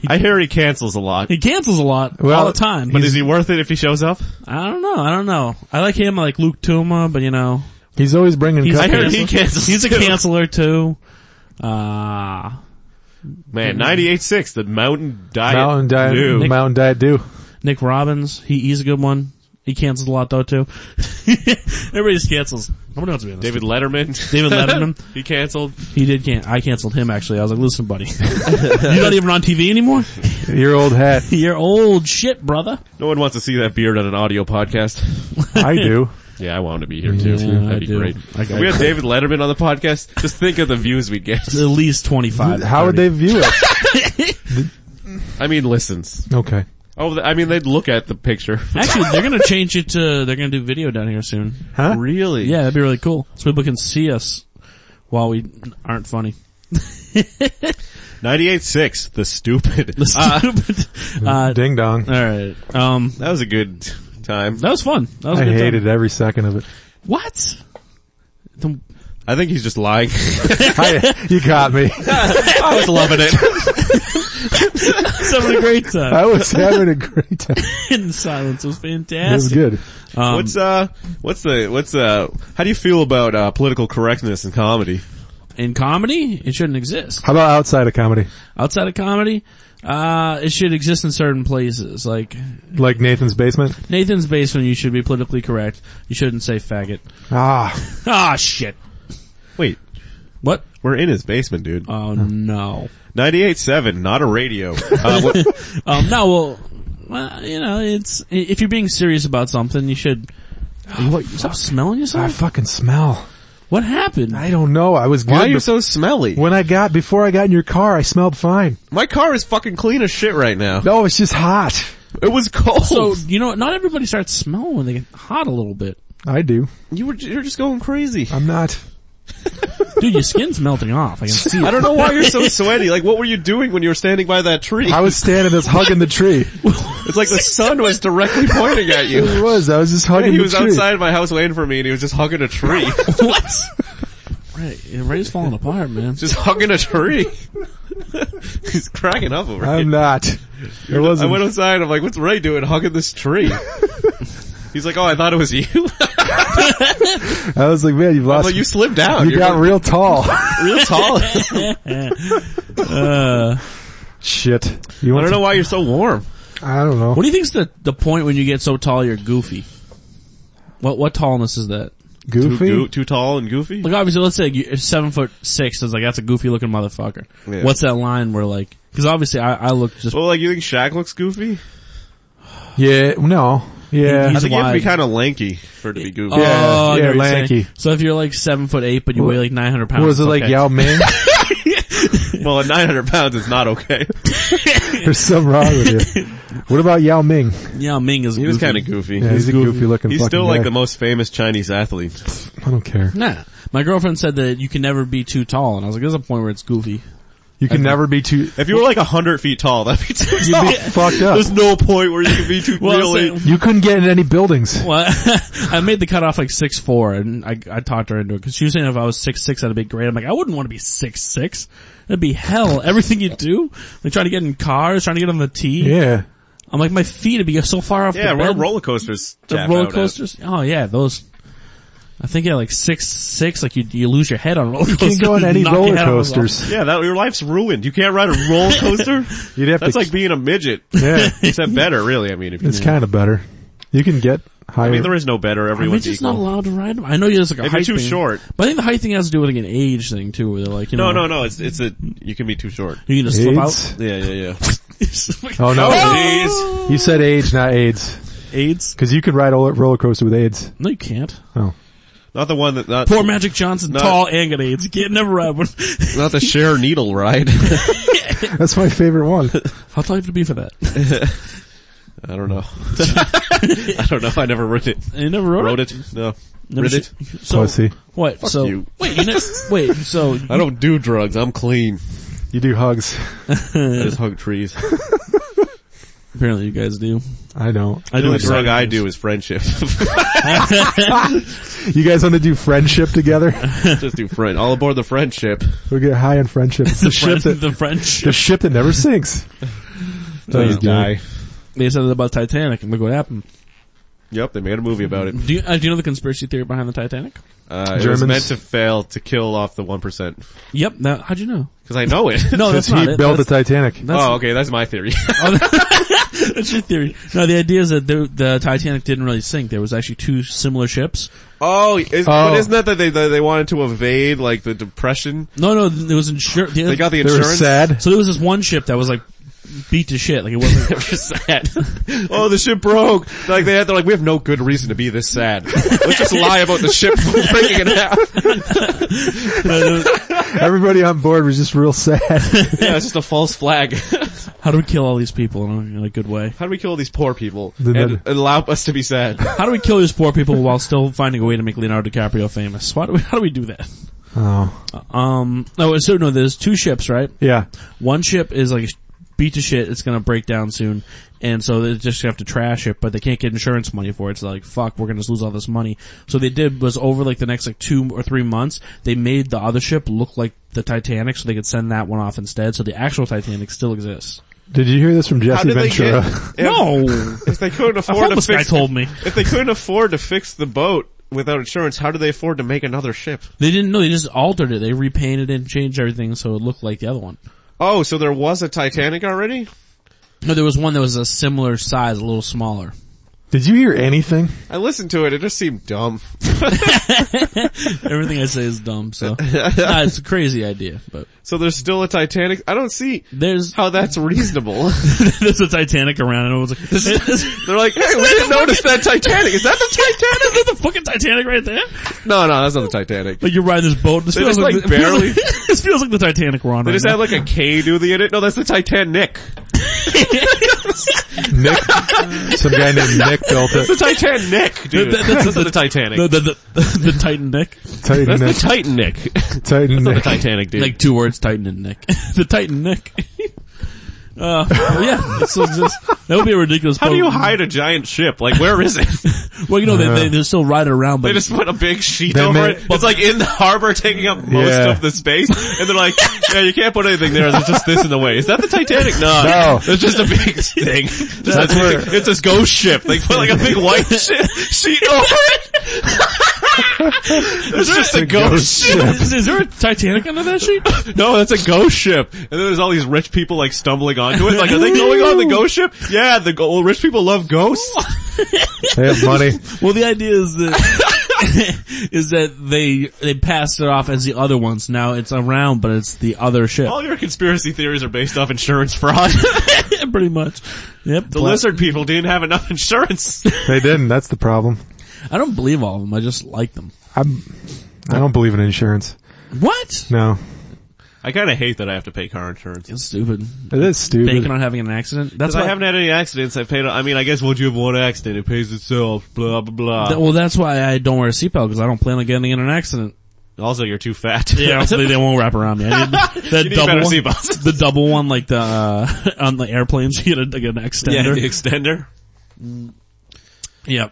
[SPEAKER 2] I hear he cancels a lot.
[SPEAKER 3] He cancels a lot
[SPEAKER 1] Well,
[SPEAKER 3] all the time.
[SPEAKER 2] But
[SPEAKER 3] But
[SPEAKER 2] is he worth it if he shows up?
[SPEAKER 3] I don't know. I don't know. I like him. I like Luke Tuma, but you know,
[SPEAKER 1] He's always bringing
[SPEAKER 3] he's
[SPEAKER 2] I
[SPEAKER 3] a
[SPEAKER 1] cupcakes.
[SPEAKER 2] heard he
[SPEAKER 3] canceler.
[SPEAKER 2] cancels
[SPEAKER 3] He's a
[SPEAKER 2] too.
[SPEAKER 3] canceler too. Uh,
[SPEAKER 2] Man, 98.6, the Mountain Diet.
[SPEAKER 1] Mountain Diet,
[SPEAKER 2] Dew.
[SPEAKER 1] Mountain Diet Dew.
[SPEAKER 3] Nick Robbins. He, he's a good one. He cancels a lot though too. Everybody just cancels. Nobody wants to be on this.
[SPEAKER 2] David Letterman.
[SPEAKER 3] David Letterman?
[SPEAKER 2] he canceled.
[SPEAKER 3] He did can I canceled him actually. I was like, listen buddy, you're not even on TV anymore?
[SPEAKER 1] Your old hat.
[SPEAKER 3] You're old shit brother.
[SPEAKER 2] No one wants to see that beard on an audio podcast.
[SPEAKER 1] I do.
[SPEAKER 2] Yeah, I want to be here too.
[SPEAKER 3] Yeah, I
[SPEAKER 2] That'd be
[SPEAKER 3] do.
[SPEAKER 2] great.
[SPEAKER 3] I
[SPEAKER 2] If
[SPEAKER 3] got
[SPEAKER 2] we
[SPEAKER 3] it.
[SPEAKER 2] had David Letterman on the podcast, just think of the views we'd get.
[SPEAKER 3] At least 25.
[SPEAKER 1] How would they view it?
[SPEAKER 2] I mean, listens.
[SPEAKER 1] Okay.
[SPEAKER 2] Oh, I mean, they'd look at the picture.
[SPEAKER 3] Actually, they're gonna change it to, they're gonna do video down here soon.
[SPEAKER 1] Huh?
[SPEAKER 2] Really?
[SPEAKER 3] Yeah, that'd be really cool. So people can see us while we aren't funny.
[SPEAKER 2] 98.6, The Stupid.
[SPEAKER 3] The
[SPEAKER 1] Uh,
[SPEAKER 2] Ah,
[SPEAKER 3] stupid. Uh,
[SPEAKER 1] Ding dong.
[SPEAKER 3] alright. Um,
[SPEAKER 2] that was a good time.
[SPEAKER 3] that was fun. That was a
[SPEAKER 1] I
[SPEAKER 3] good time.
[SPEAKER 1] hated every second of it.
[SPEAKER 3] What? The-
[SPEAKER 2] I think he's just lying.
[SPEAKER 1] I, you got me.
[SPEAKER 2] I was loving it.
[SPEAKER 3] It's having a great time.
[SPEAKER 1] I was having a great time.
[SPEAKER 3] In silence was
[SPEAKER 1] It was
[SPEAKER 3] fantastic.
[SPEAKER 1] good.
[SPEAKER 3] Um,
[SPEAKER 2] What's uh, what's the, what's uh, how do you feel about uh, political correctness in comedy?
[SPEAKER 3] in comedy, it shouldn't exist.
[SPEAKER 1] How about outside of comedy?
[SPEAKER 3] Outside of comedy, uh, it should exist in certain places. Like
[SPEAKER 1] Like Nathan's basement?
[SPEAKER 3] Nathan's basement, you should be politically correct. You shouldn't say faggot.
[SPEAKER 1] Ah.
[SPEAKER 3] Ah, shit.
[SPEAKER 2] Wait, Uh,
[SPEAKER 3] What?
[SPEAKER 2] we're in his basement, dude.
[SPEAKER 3] Oh no.
[SPEAKER 2] 98.7, not a radio. Uh, what,
[SPEAKER 3] Um, no, well, well, you know, it's i- if you're being serious about something, you should. What? Stop smelling
[SPEAKER 1] I
[SPEAKER 3] yourself.
[SPEAKER 1] fucking smell.
[SPEAKER 3] What happened?
[SPEAKER 1] I don't know. I was good.
[SPEAKER 2] why are you
[SPEAKER 1] bef-
[SPEAKER 2] so smelly?
[SPEAKER 1] when I got, before I got in your car, I smelled fine.
[SPEAKER 2] My car is fucking clean as shit right now.
[SPEAKER 1] No, it's just hot.
[SPEAKER 2] It was cold.
[SPEAKER 3] so you know, what? not everybody starts smelling when they get hot a little bit.
[SPEAKER 1] I do.
[SPEAKER 2] you were, you're just going crazy.
[SPEAKER 1] I'm not.
[SPEAKER 3] Dude, your skin's melting off. I can see
[SPEAKER 2] I
[SPEAKER 3] it.
[SPEAKER 2] don't know why you're so sweaty. Like, what were you doing when you were standing by that tree?
[SPEAKER 1] I was standing just hugging the tree.
[SPEAKER 2] It's like the sun was directly pointing at you.
[SPEAKER 1] It was. I was just hugging
[SPEAKER 2] He
[SPEAKER 1] the
[SPEAKER 2] was
[SPEAKER 1] tree.
[SPEAKER 2] outside my house waiting for me, and he was just hugging a tree.
[SPEAKER 3] what? Right, yeah, Ray's falling apart, man.
[SPEAKER 2] just hugging a tree. He's cracking up over
[SPEAKER 1] I'm
[SPEAKER 2] it.
[SPEAKER 1] not. It
[SPEAKER 2] I
[SPEAKER 1] wasn't.
[SPEAKER 2] went outside. I'm like, "What's Ray doing hugging this tree?" He's like, "Oh, I thought it was you."
[SPEAKER 1] I was like, man, you've
[SPEAKER 2] I'm
[SPEAKER 1] lost.
[SPEAKER 2] like, "You slimmed down.
[SPEAKER 1] you
[SPEAKER 2] You're
[SPEAKER 1] got
[SPEAKER 2] like,
[SPEAKER 1] real tall.
[SPEAKER 2] real tall."
[SPEAKER 3] Uh,
[SPEAKER 1] Shit. You
[SPEAKER 2] I
[SPEAKER 1] want
[SPEAKER 2] don't know why you're so warm.
[SPEAKER 1] To, I don't know.
[SPEAKER 3] what do you think's the the point when you get so tall you're goofy? What what tallness is that?
[SPEAKER 2] Too,
[SPEAKER 1] Goofy.
[SPEAKER 2] goo- too tall and goofy.
[SPEAKER 3] Like obviously, let's say you're seven foot six. It's like that's a goofy looking motherfucker.
[SPEAKER 2] Yeah.
[SPEAKER 3] What's that line where like? Because obviously, I, I look
[SPEAKER 1] Oh,
[SPEAKER 3] just.
[SPEAKER 2] Well, like you think Shaq looks goofy?
[SPEAKER 1] Yeah. No. Yeah.
[SPEAKER 2] I
[SPEAKER 3] He's
[SPEAKER 2] think you have to be
[SPEAKER 3] wide.
[SPEAKER 2] kind of lanky for it to be goofy.
[SPEAKER 3] oh,
[SPEAKER 1] Yeah.
[SPEAKER 3] I know what you're
[SPEAKER 1] lanky.
[SPEAKER 3] saying. So if you're like seven foot eight, but you weigh like nine hundred pounds,
[SPEAKER 1] was it
[SPEAKER 3] it's
[SPEAKER 1] like
[SPEAKER 3] okay.
[SPEAKER 1] Yao Ming?
[SPEAKER 2] Well, at 900 pounds, it's not okay.
[SPEAKER 1] There's something wrong with you. What about Yao Ming?
[SPEAKER 3] Yao Ming is
[SPEAKER 2] He was
[SPEAKER 3] goofy.
[SPEAKER 2] kind of goofy.
[SPEAKER 1] Yeah, he's, a goofy, looking.
[SPEAKER 2] He's
[SPEAKER 1] fucking
[SPEAKER 2] still like
[SPEAKER 1] guy.
[SPEAKER 2] the most famous Chinese athlete.
[SPEAKER 1] I don't care.
[SPEAKER 3] Nah, my girlfriend said that you can never be too tall, and I was like, "There's a point where it's goofy."
[SPEAKER 1] You can never be too.
[SPEAKER 2] If you were like 100 feet tall, that'd be too
[SPEAKER 1] You'd
[SPEAKER 2] tall.
[SPEAKER 1] be fucked up.
[SPEAKER 2] There's no point where you could be too
[SPEAKER 3] Well,
[SPEAKER 2] really.
[SPEAKER 3] so-
[SPEAKER 1] You couldn't get in any buildings.
[SPEAKER 3] well, I made the cutoff like six four, and I I talked her into it because she was saying if I was six six, I'd be great. I'm like, I wouldn't want to be six six. That'd be hell. Everything you do, like trying to get in cars, trying to get on the tee.
[SPEAKER 1] Yeah.
[SPEAKER 3] I'm like, my feet would be so far off.
[SPEAKER 2] yeah,
[SPEAKER 3] the
[SPEAKER 2] we're
[SPEAKER 3] bed.
[SPEAKER 2] roller coasters.
[SPEAKER 3] the
[SPEAKER 2] tap
[SPEAKER 3] roller
[SPEAKER 2] out at.
[SPEAKER 3] coasters. Oh yeah, those. I think yeah, like six six. Like you, you lose your head on roller coasters.
[SPEAKER 1] Can't go on any
[SPEAKER 3] knock your
[SPEAKER 1] roller
[SPEAKER 3] head off the wall.
[SPEAKER 1] coasters.
[SPEAKER 2] Yeah, that your life's ruined. You can't ride a roller coaster.
[SPEAKER 1] You'd have
[SPEAKER 2] That's
[SPEAKER 1] to.
[SPEAKER 2] like being a midget,
[SPEAKER 1] yeah.
[SPEAKER 2] except better. Really, I mean, if you,
[SPEAKER 1] It's kind of better. You can get higher.
[SPEAKER 2] I mean, there is no better.
[SPEAKER 3] I mean,
[SPEAKER 2] Everyone's
[SPEAKER 3] just
[SPEAKER 2] equal.
[SPEAKER 3] not allowed to ride them. I know you're just like a
[SPEAKER 2] If you're
[SPEAKER 3] height
[SPEAKER 2] too
[SPEAKER 3] thing,
[SPEAKER 2] short.
[SPEAKER 3] but I think the height thing has to do with like an age thing too, where they're like, you
[SPEAKER 2] no,
[SPEAKER 3] know,
[SPEAKER 2] no, no. It's it's a you can be too short.
[SPEAKER 3] you can just slip out.
[SPEAKER 1] AIDS.
[SPEAKER 2] Yeah, yeah,
[SPEAKER 1] Oh no.
[SPEAKER 2] yeah.
[SPEAKER 1] You said age, not AIDS,
[SPEAKER 3] AIDS?
[SPEAKER 1] because you can ride a roller coaster with AIDS.
[SPEAKER 3] No, you can't.
[SPEAKER 1] Oh.
[SPEAKER 2] Not the one that not
[SPEAKER 3] Poor Magic Johnson,
[SPEAKER 2] No.
[SPEAKER 3] tall and got AIDS. You can't never ride one.
[SPEAKER 2] not the share needle ride.
[SPEAKER 1] That's my favorite one.
[SPEAKER 3] How tall you have to be for that?
[SPEAKER 2] I don't know. I don't know. I never wrote it.
[SPEAKER 3] You never rode,
[SPEAKER 2] Wrote it? No.
[SPEAKER 3] Never
[SPEAKER 2] Wrote it?
[SPEAKER 3] sh- So
[SPEAKER 1] Pussy.
[SPEAKER 3] what? so
[SPEAKER 2] you.
[SPEAKER 3] wait, you know, wait. So
[SPEAKER 2] I don't do drugs. I'm clean.
[SPEAKER 1] You do hugs.
[SPEAKER 2] I just hug trees.
[SPEAKER 3] apparently you guys do.
[SPEAKER 1] I don't.
[SPEAKER 3] I
[SPEAKER 2] The
[SPEAKER 3] do
[SPEAKER 2] only
[SPEAKER 3] it.
[SPEAKER 2] drug I do is friendship.
[SPEAKER 1] You guys want to do friendship together?
[SPEAKER 2] just do friend. All aboard the friendship.
[SPEAKER 1] We'll get high on friendship. It's the,
[SPEAKER 3] the,
[SPEAKER 1] ship
[SPEAKER 3] French,
[SPEAKER 1] that
[SPEAKER 3] the French.
[SPEAKER 1] the ship that never sinks.
[SPEAKER 2] Till
[SPEAKER 1] That
[SPEAKER 2] you
[SPEAKER 1] was good.
[SPEAKER 2] die.
[SPEAKER 3] they said it about Titanic and look what happened.
[SPEAKER 2] Yep, they made a movie about it.
[SPEAKER 3] Do you, uh, do you know the conspiracy theory behind the Titanic?
[SPEAKER 2] Uh, it was
[SPEAKER 1] Germans.
[SPEAKER 2] meant to fail to kill off the one percent
[SPEAKER 3] Yep. That, how'd you know?
[SPEAKER 2] because I know it.
[SPEAKER 3] No, Oh, that's
[SPEAKER 1] he
[SPEAKER 3] not it.
[SPEAKER 1] built the
[SPEAKER 3] That's,
[SPEAKER 1] Titanic.
[SPEAKER 3] that's-
[SPEAKER 2] oh, okay, that's my theory.
[SPEAKER 3] that's your theory. No, the idea is that the, the Titanic didn't really sink. There was actually two similar ships.
[SPEAKER 2] oh, is,
[SPEAKER 1] Oh.
[SPEAKER 2] but isn't that that they that they wanted to evade like the depression?
[SPEAKER 3] No, no, th- there was insurance.
[SPEAKER 2] They got the
[SPEAKER 1] They were
[SPEAKER 2] insurance.
[SPEAKER 1] sad.
[SPEAKER 3] So there was this one ship that was like beat to shit. Like it wasn't.
[SPEAKER 2] sad. oh, the ship broke. Like they had, they're like, we have no good reason to be this sad. Let's just lie about the ship breaking in half.
[SPEAKER 1] Everybody on board was just real sad.
[SPEAKER 2] Yeah, it's just a false flag.
[SPEAKER 3] How do we kill all these people in a, in a good way?
[SPEAKER 2] How do we kill these poor people
[SPEAKER 1] Then
[SPEAKER 2] and,
[SPEAKER 1] that-
[SPEAKER 2] and allow us to be sad?
[SPEAKER 3] How do we kill these poor people while still finding a way to make Leonardo DiCaprio famous? Why do we, how do we do that?
[SPEAKER 1] Oh,
[SPEAKER 3] Um, no, so no, there's two ships, right?
[SPEAKER 1] yeah.
[SPEAKER 3] One ship is like beat to shit. It's gonna break down soon, and so they just have to trash it. But they can't get insurance money for it. So like, fuck, we're gonna just lose all this money. So they did was over like the next like two or three months. They made the other ship look like the Titanic, so they could send that one off instead. So the actual Titanic still exists.
[SPEAKER 1] Did you hear this from
[SPEAKER 2] How
[SPEAKER 1] Jesse
[SPEAKER 2] did they
[SPEAKER 1] Ventura?
[SPEAKER 2] get? if-
[SPEAKER 3] No,
[SPEAKER 2] if they couldn't
[SPEAKER 3] a
[SPEAKER 2] afford to
[SPEAKER 3] homeless guy
[SPEAKER 2] fix,
[SPEAKER 3] told me
[SPEAKER 2] if they couldn't afford to fix the boat without insurance, how do they afford to make another ship?
[SPEAKER 3] they didn't know. They just altered it. They repainted it and changed everything so it looked like the other one.
[SPEAKER 2] Oh, so there was a Titanic already?
[SPEAKER 3] No, there was one that was a similar size, a little smaller.
[SPEAKER 1] Did you hear anything?
[SPEAKER 2] I listened to it. It just seemed dumb.
[SPEAKER 3] Everything I say is dumb, so nah, it's a crazy idea. But
[SPEAKER 2] So there's still a Titanic. I don't see
[SPEAKER 3] there's
[SPEAKER 2] how that's reasonable.
[SPEAKER 3] there's a Titanic around, and everyone's like, "This is
[SPEAKER 2] They're like, hey, we didn't notice that Titanic. Is that the Titanic?
[SPEAKER 3] the fucking Titanic right there."
[SPEAKER 2] No, no, that's not the Titanic.
[SPEAKER 3] Like you're riding this boat. This
[SPEAKER 2] They
[SPEAKER 3] feels
[SPEAKER 2] just,
[SPEAKER 3] like,
[SPEAKER 2] like,
[SPEAKER 3] it feels
[SPEAKER 2] barely-
[SPEAKER 3] like- this feels like the Titanic we're on
[SPEAKER 2] They
[SPEAKER 3] right
[SPEAKER 2] just
[SPEAKER 3] now.
[SPEAKER 2] had like a K doodly in it. No, that's the Titanic.
[SPEAKER 1] Nick, some guy named Nick built
[SPEAKER 2] The
[SPEAKER 1] it.
[SPEAKER 2] Titanic, dude.
[SPEAKER 3] That- that's-
[SPEAKER 2] the Titanic.
[SPEAKER 3] the, the, the, the Titan Nick,
[SPEAKER 1] Titan
[SPEAKER 2] that's the
[SPEAKER 1] Nick.
[SPEAKER 2] Titanic. That's
[SPEAKER 1] Titan
[SPEAKER 2] not the
[SPEAKER 1] Nick.
[SPEAKER 2] Titanic, dude.
[SPEAKER 3] like two words, Titan and Nick, the Titan Nick. Uh, well, yeah, this will just, that would be a ridiculous.
[SPEAKER 2] how do you
[SPEAKER 3] boat.
[SPEAKER 2] hide a giant ship? Like, where is it?
[SPEAKER 3] Well, you know they,
[SPEAKER 1] Yeah.
[SPEAKER 3] they they're still riding around, but
[SPEAKER 2] They just put a big sheet
[SPEAKER 1] They
[SPEAKER 2] over
[SPEAKER 1] made-
[SPEAKER 2] it. It's like in the harbor taking up most
[SPEAKER 1] Yeah.
[SPEAKER 2] of the space. And they're like, yeah, you can't put anything there. There's just this in the way. Is that the Titanic? No.
[SPEAKER 1] No.
[SPEAKER 2] It's just a big thing. Just
[SPEAKER 1] That's
[SPEAKER 2] a
[SPEAKER 1] where-
[SPEAKER 2] big- it's this ghost ship. They put like a big white shit, sheet over it. it's just a ghost,
[SPEAKER 1] ghost
[SPEAKER 2] ship.
[SPEAKER 3] is, is there a Titanic under that sheet?
[SPEAKER 2] No, that's a ghost ship. And then there's all these rich people like stumbling onto it. Like, are they going on the ghost ship? Yeah, the go- well, rich people love ghosts.
[SPEAKER 1] They have money.
[SPEAKER 3] Well, the idea is that is that they they passed it off as the other ones. Now it's around, but it's the other ship,
[SPEAKER 2] All your conspiracy theories are based off insurance fraud.
[SPEAKER 3] pretty much. Yep.
[SPEAKER 2] The lizard people didn't have enough insurance.
[SPEAKER 1] They didn't. That's the problem.
[SPEAKER 3] I don't believe all of them. I just like them.
[SPEAKER 1] I'm, I don't believe in insurance.
[SPEAKER 3] What?
[SPEAKER 1] No.
[SPEAKER 2] I kind of hate that I have to pay car insurance.
[SPEAKER 3] It's stupid.
[SPEAKER 1] It is
[SPEAKER 3] Banking
[SPEAKER 1] stupid.
[SPEAKER 3] on having an accident. That's
[SPEAKER 2] Because
[SPEAKER 3] why.
[SPEAKER 2] I haven't had any accidents. I paid. I mean, I guess once you have one accident, it pays itself. Blah blah blah.
[SPEAKER 3] that- well, that's why I don't wear a seatbelt because I don't plan on getting in an accident.
[SPEAKER 2] also, you're too fat.
[SPEAKER 3] so they, they won't wrap around me. I need that
[SPEAKER 2] you need
[SPEAKER 3] double
[SPEAKER 2] better
[SPEAKER 3] one,
[SPEAKER 2] seatbelts.
[SPEAKER 3] the double one, like the uh, on the airplanes, you get a, like an
[SPEAKER 2] yeah,
[SPEAKER 3] extender.
[SPEAKER 2] the extender.
[SPEAKER 3] yep.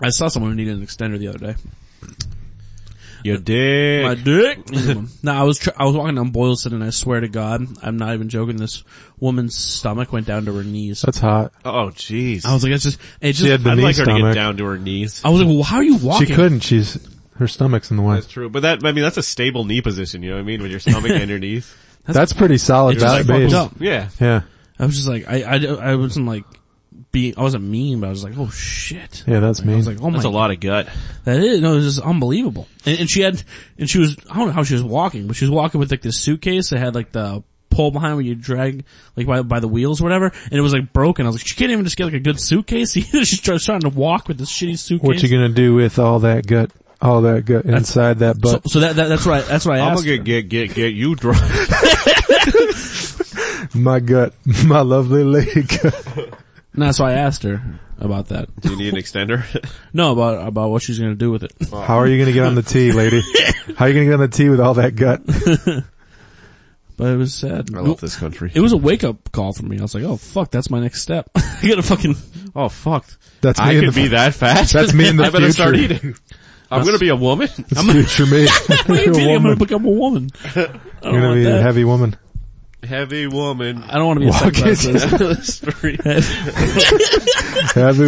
[SPEAKER 3] I saw someone who needed an extender the other day.
[SPEAKER 2] Your dick.
[SPEAKER 3] My dick. no, I was tr- I was walking down Boylston, and I swear to God, I'm not even joking. This woman's stomach went down to her knees.
[SPEAKER 1] That's hot.
[SPEAKER 2] oh, jeez.
[SPEAKER 3] I was like, it's just, it just.
[SPEAKER 1] She had the
[SPEAKER 2] I'd
[SPEAKER 1] knee
[SPEAKER 2] like her to get
[SPEAKER 1] stomach.
[SPEAKER 2] down to her knees.
[SPEAKER 3] I was like, well, how are you walking?
[SPEAKER 1] She couldn't. She's, her stomach's in the way.
[SPEAKER 2] That's true. But that, I mean, that's a stable knee position. You know what I mean? With your stomach and your knees.
[SPEAKER 1] That's pretty solid
[SPEAKER 3] It's just
[SPEAKER 1] back
[SPEAKER 3] like
[SPEAKER 1] base.
[SPEAKER 3] fucked up.
[SPEAKER 2] Yeah.
[SPEAKER 1] Yeah.
[SPEAKER 3] I was just like, I, I, I wasn't like, being, I wasn't mean, but I was like, oh shit.
[SPEAKER 1] Yeah, that's
[SPEAKER 3] I
[SPEAKER 1] mean.
[SPEAKER 3] was like, oh my,
[SPEAKER 2] That's a lot of gut.
[SPEAKER 3] that is, no, it was just unbelievable. And, and she had, and she was, I don't know how she was walking, but she was walking with like this suitcase that had like the pole behind where you drag, like by, by the wheels or whatever, and it was like broken. I was like, she can't even just get like a good suitcase either. She's try- trying to walk with this shitty suitcase.
[SPEAKER 1] What you gonna do with all that gut, all that gut inside that
[SPEAKER 3] so,
[SPEAKER 1] butt?
[SPEAKER 3] so that, that, that's what I, that's what I
[SPEAKER 2] I'm
[SPEAKER 3] asked.
[SPEAKER 2] gonna get, get, get, get you drunk.
[SPEAKER 1] my gut, my lovely lady gut.
[SPEAKER 3] her. No, so I asked her about that.
[SPEAKER 2] Do you need an extender?
[SPEAKER 3] No, about, about what she's gonna do with it.
[SPEAKER 1] How are you gonna get on the tee, lady? How are you gonna get on the tee with all that gut?
[SPEAKER 3] But it was sad.
[SPEAKER 2] I love this country.
[SPEAKER 3] It was a wake up call for me. I was like, oh fuck, that's my next step. I gotta fucking,
[SPEAKER 2] Oh fuck.
[SPEAKER 1] That's me
[SPEAKER 2] I
[SPEAKER 1] in
[SPEAKER 2] could
[SPEAKER 1] the,
[SPEAKER 2] be that fat.
[SPEAKER 1] That's me in the
[SPEAKER 2] I better start
[SPEAKER 1] future.
[SPEAKER 2] eating. I'm gonna be a woman.
[SPEAKER 1] That's future me.
[SPEAKER 3] what are you
[SPEAKER 1] You're a
[SPEAKER 3] doing? I'm gonna
[SPEAKER 1] woman.
[SPEAKER 3] become a woman. I don't
[SPEAKER 1] You're gonna
[SPEAKER 3] want
[SPEAKER 1] be a
[SPEAKER 3] that.
[SPEAKER 1] heavy woman.
[SPEAKER 2] Heavy woman.
[SPEAKER 3] I don't want to be a
[SPEAKER 1] Walk
[SPEAKER 3] sex
[SPEAKER 1] in.
[SPEAKER 3] activist.
[SPEAKER 2] Street.
[SPEAKER 1] Heavy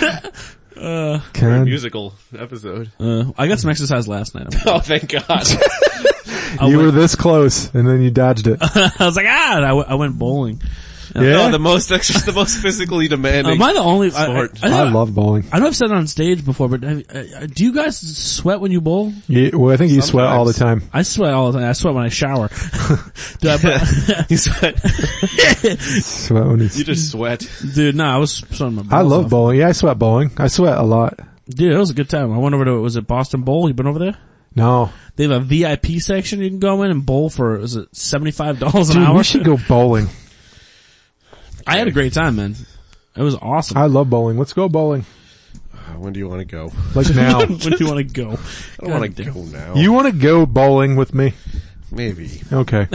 [SPEAKER 1] woman.
[SPEAKER 3] Uh,
[SPEAKER 1] Can
[SPEAKER 2] musical episode.
[SPEAKER 3] uh, I got some exercise last night.
[SPEAKER 2] Oh, thank God.
[SPEAKER 3] I,
[SPEAKER 1] you
[SPEAKER 3] went,
[SPEAKER 1] were this close, and then you dodged it.
[SPEAKER 3] I was like, ah, and I, w- I went bowling.
[SPEAKER 2] No,
[SPEAKER 1] yeah,
[SPEAKER 2] Oh, the most extra, the most physically
[SPEAKER 3] Uh,
[SPEAKER 2] demanding.
[SPEAKER 3] am I the only? I, I,
[SPEAKER 2] Sport.
[SPEAKER 3] I,
[SPEAKER 1] I
[SPEAKER 3] know-
[SPEAKER 1] love bowling.
[SPEAKER 3] I know I've said it on stage before, but have, uh, uh, do you guys sweat when you bowl?
[SPEAKER 1] You, well, I think you sweat all the
[SPEAKER 2] Sometimes.
[SPEAKER 1] time.
[SPEAKER 3] I sweat all the time. I sweat when I shower. Dude, I put-
[SPEAKER 2] you sweat.
[SPEAKER 1] Sweat when you,
[SPEAKER 2] You just sweat.
[SPEAKER 3] Dude, nah, I was sweating my balls
[SPEAKER 1] I love
[SPEAKER 3] off.
[SPEAKER 1] bowling. Yeah, I sweat bowling. I sweat a lot.
[SPEAKER 3] Dude, it was a good time. I went over to, was it Boston Bowl? You been over there?
[SPEAKER 1] No,
[SPEAKER 3] They have a VIP section you can go in and bowl for, is it $75 an
[SPEAKER 1] dude,
[SPEAKER 3] hour?
[SPEAKER 1] we should go bowling.
[SPEAKER 3] I had a great time, man. It was awesome.
[SPEAKER 1] I love bowling. Let's go bowling.
[SPEAKER 2] Uh, When do you want to go?
[SPEAKER 1] Like now.
[SPEAKER 3] when do you want to go?
[SPEAKER 2] I don't want to go now.
[SPEAKER 1] you want to go bowling with me?
[SPEAKER 2] Maybe.
[SPEAKER 1] Okay.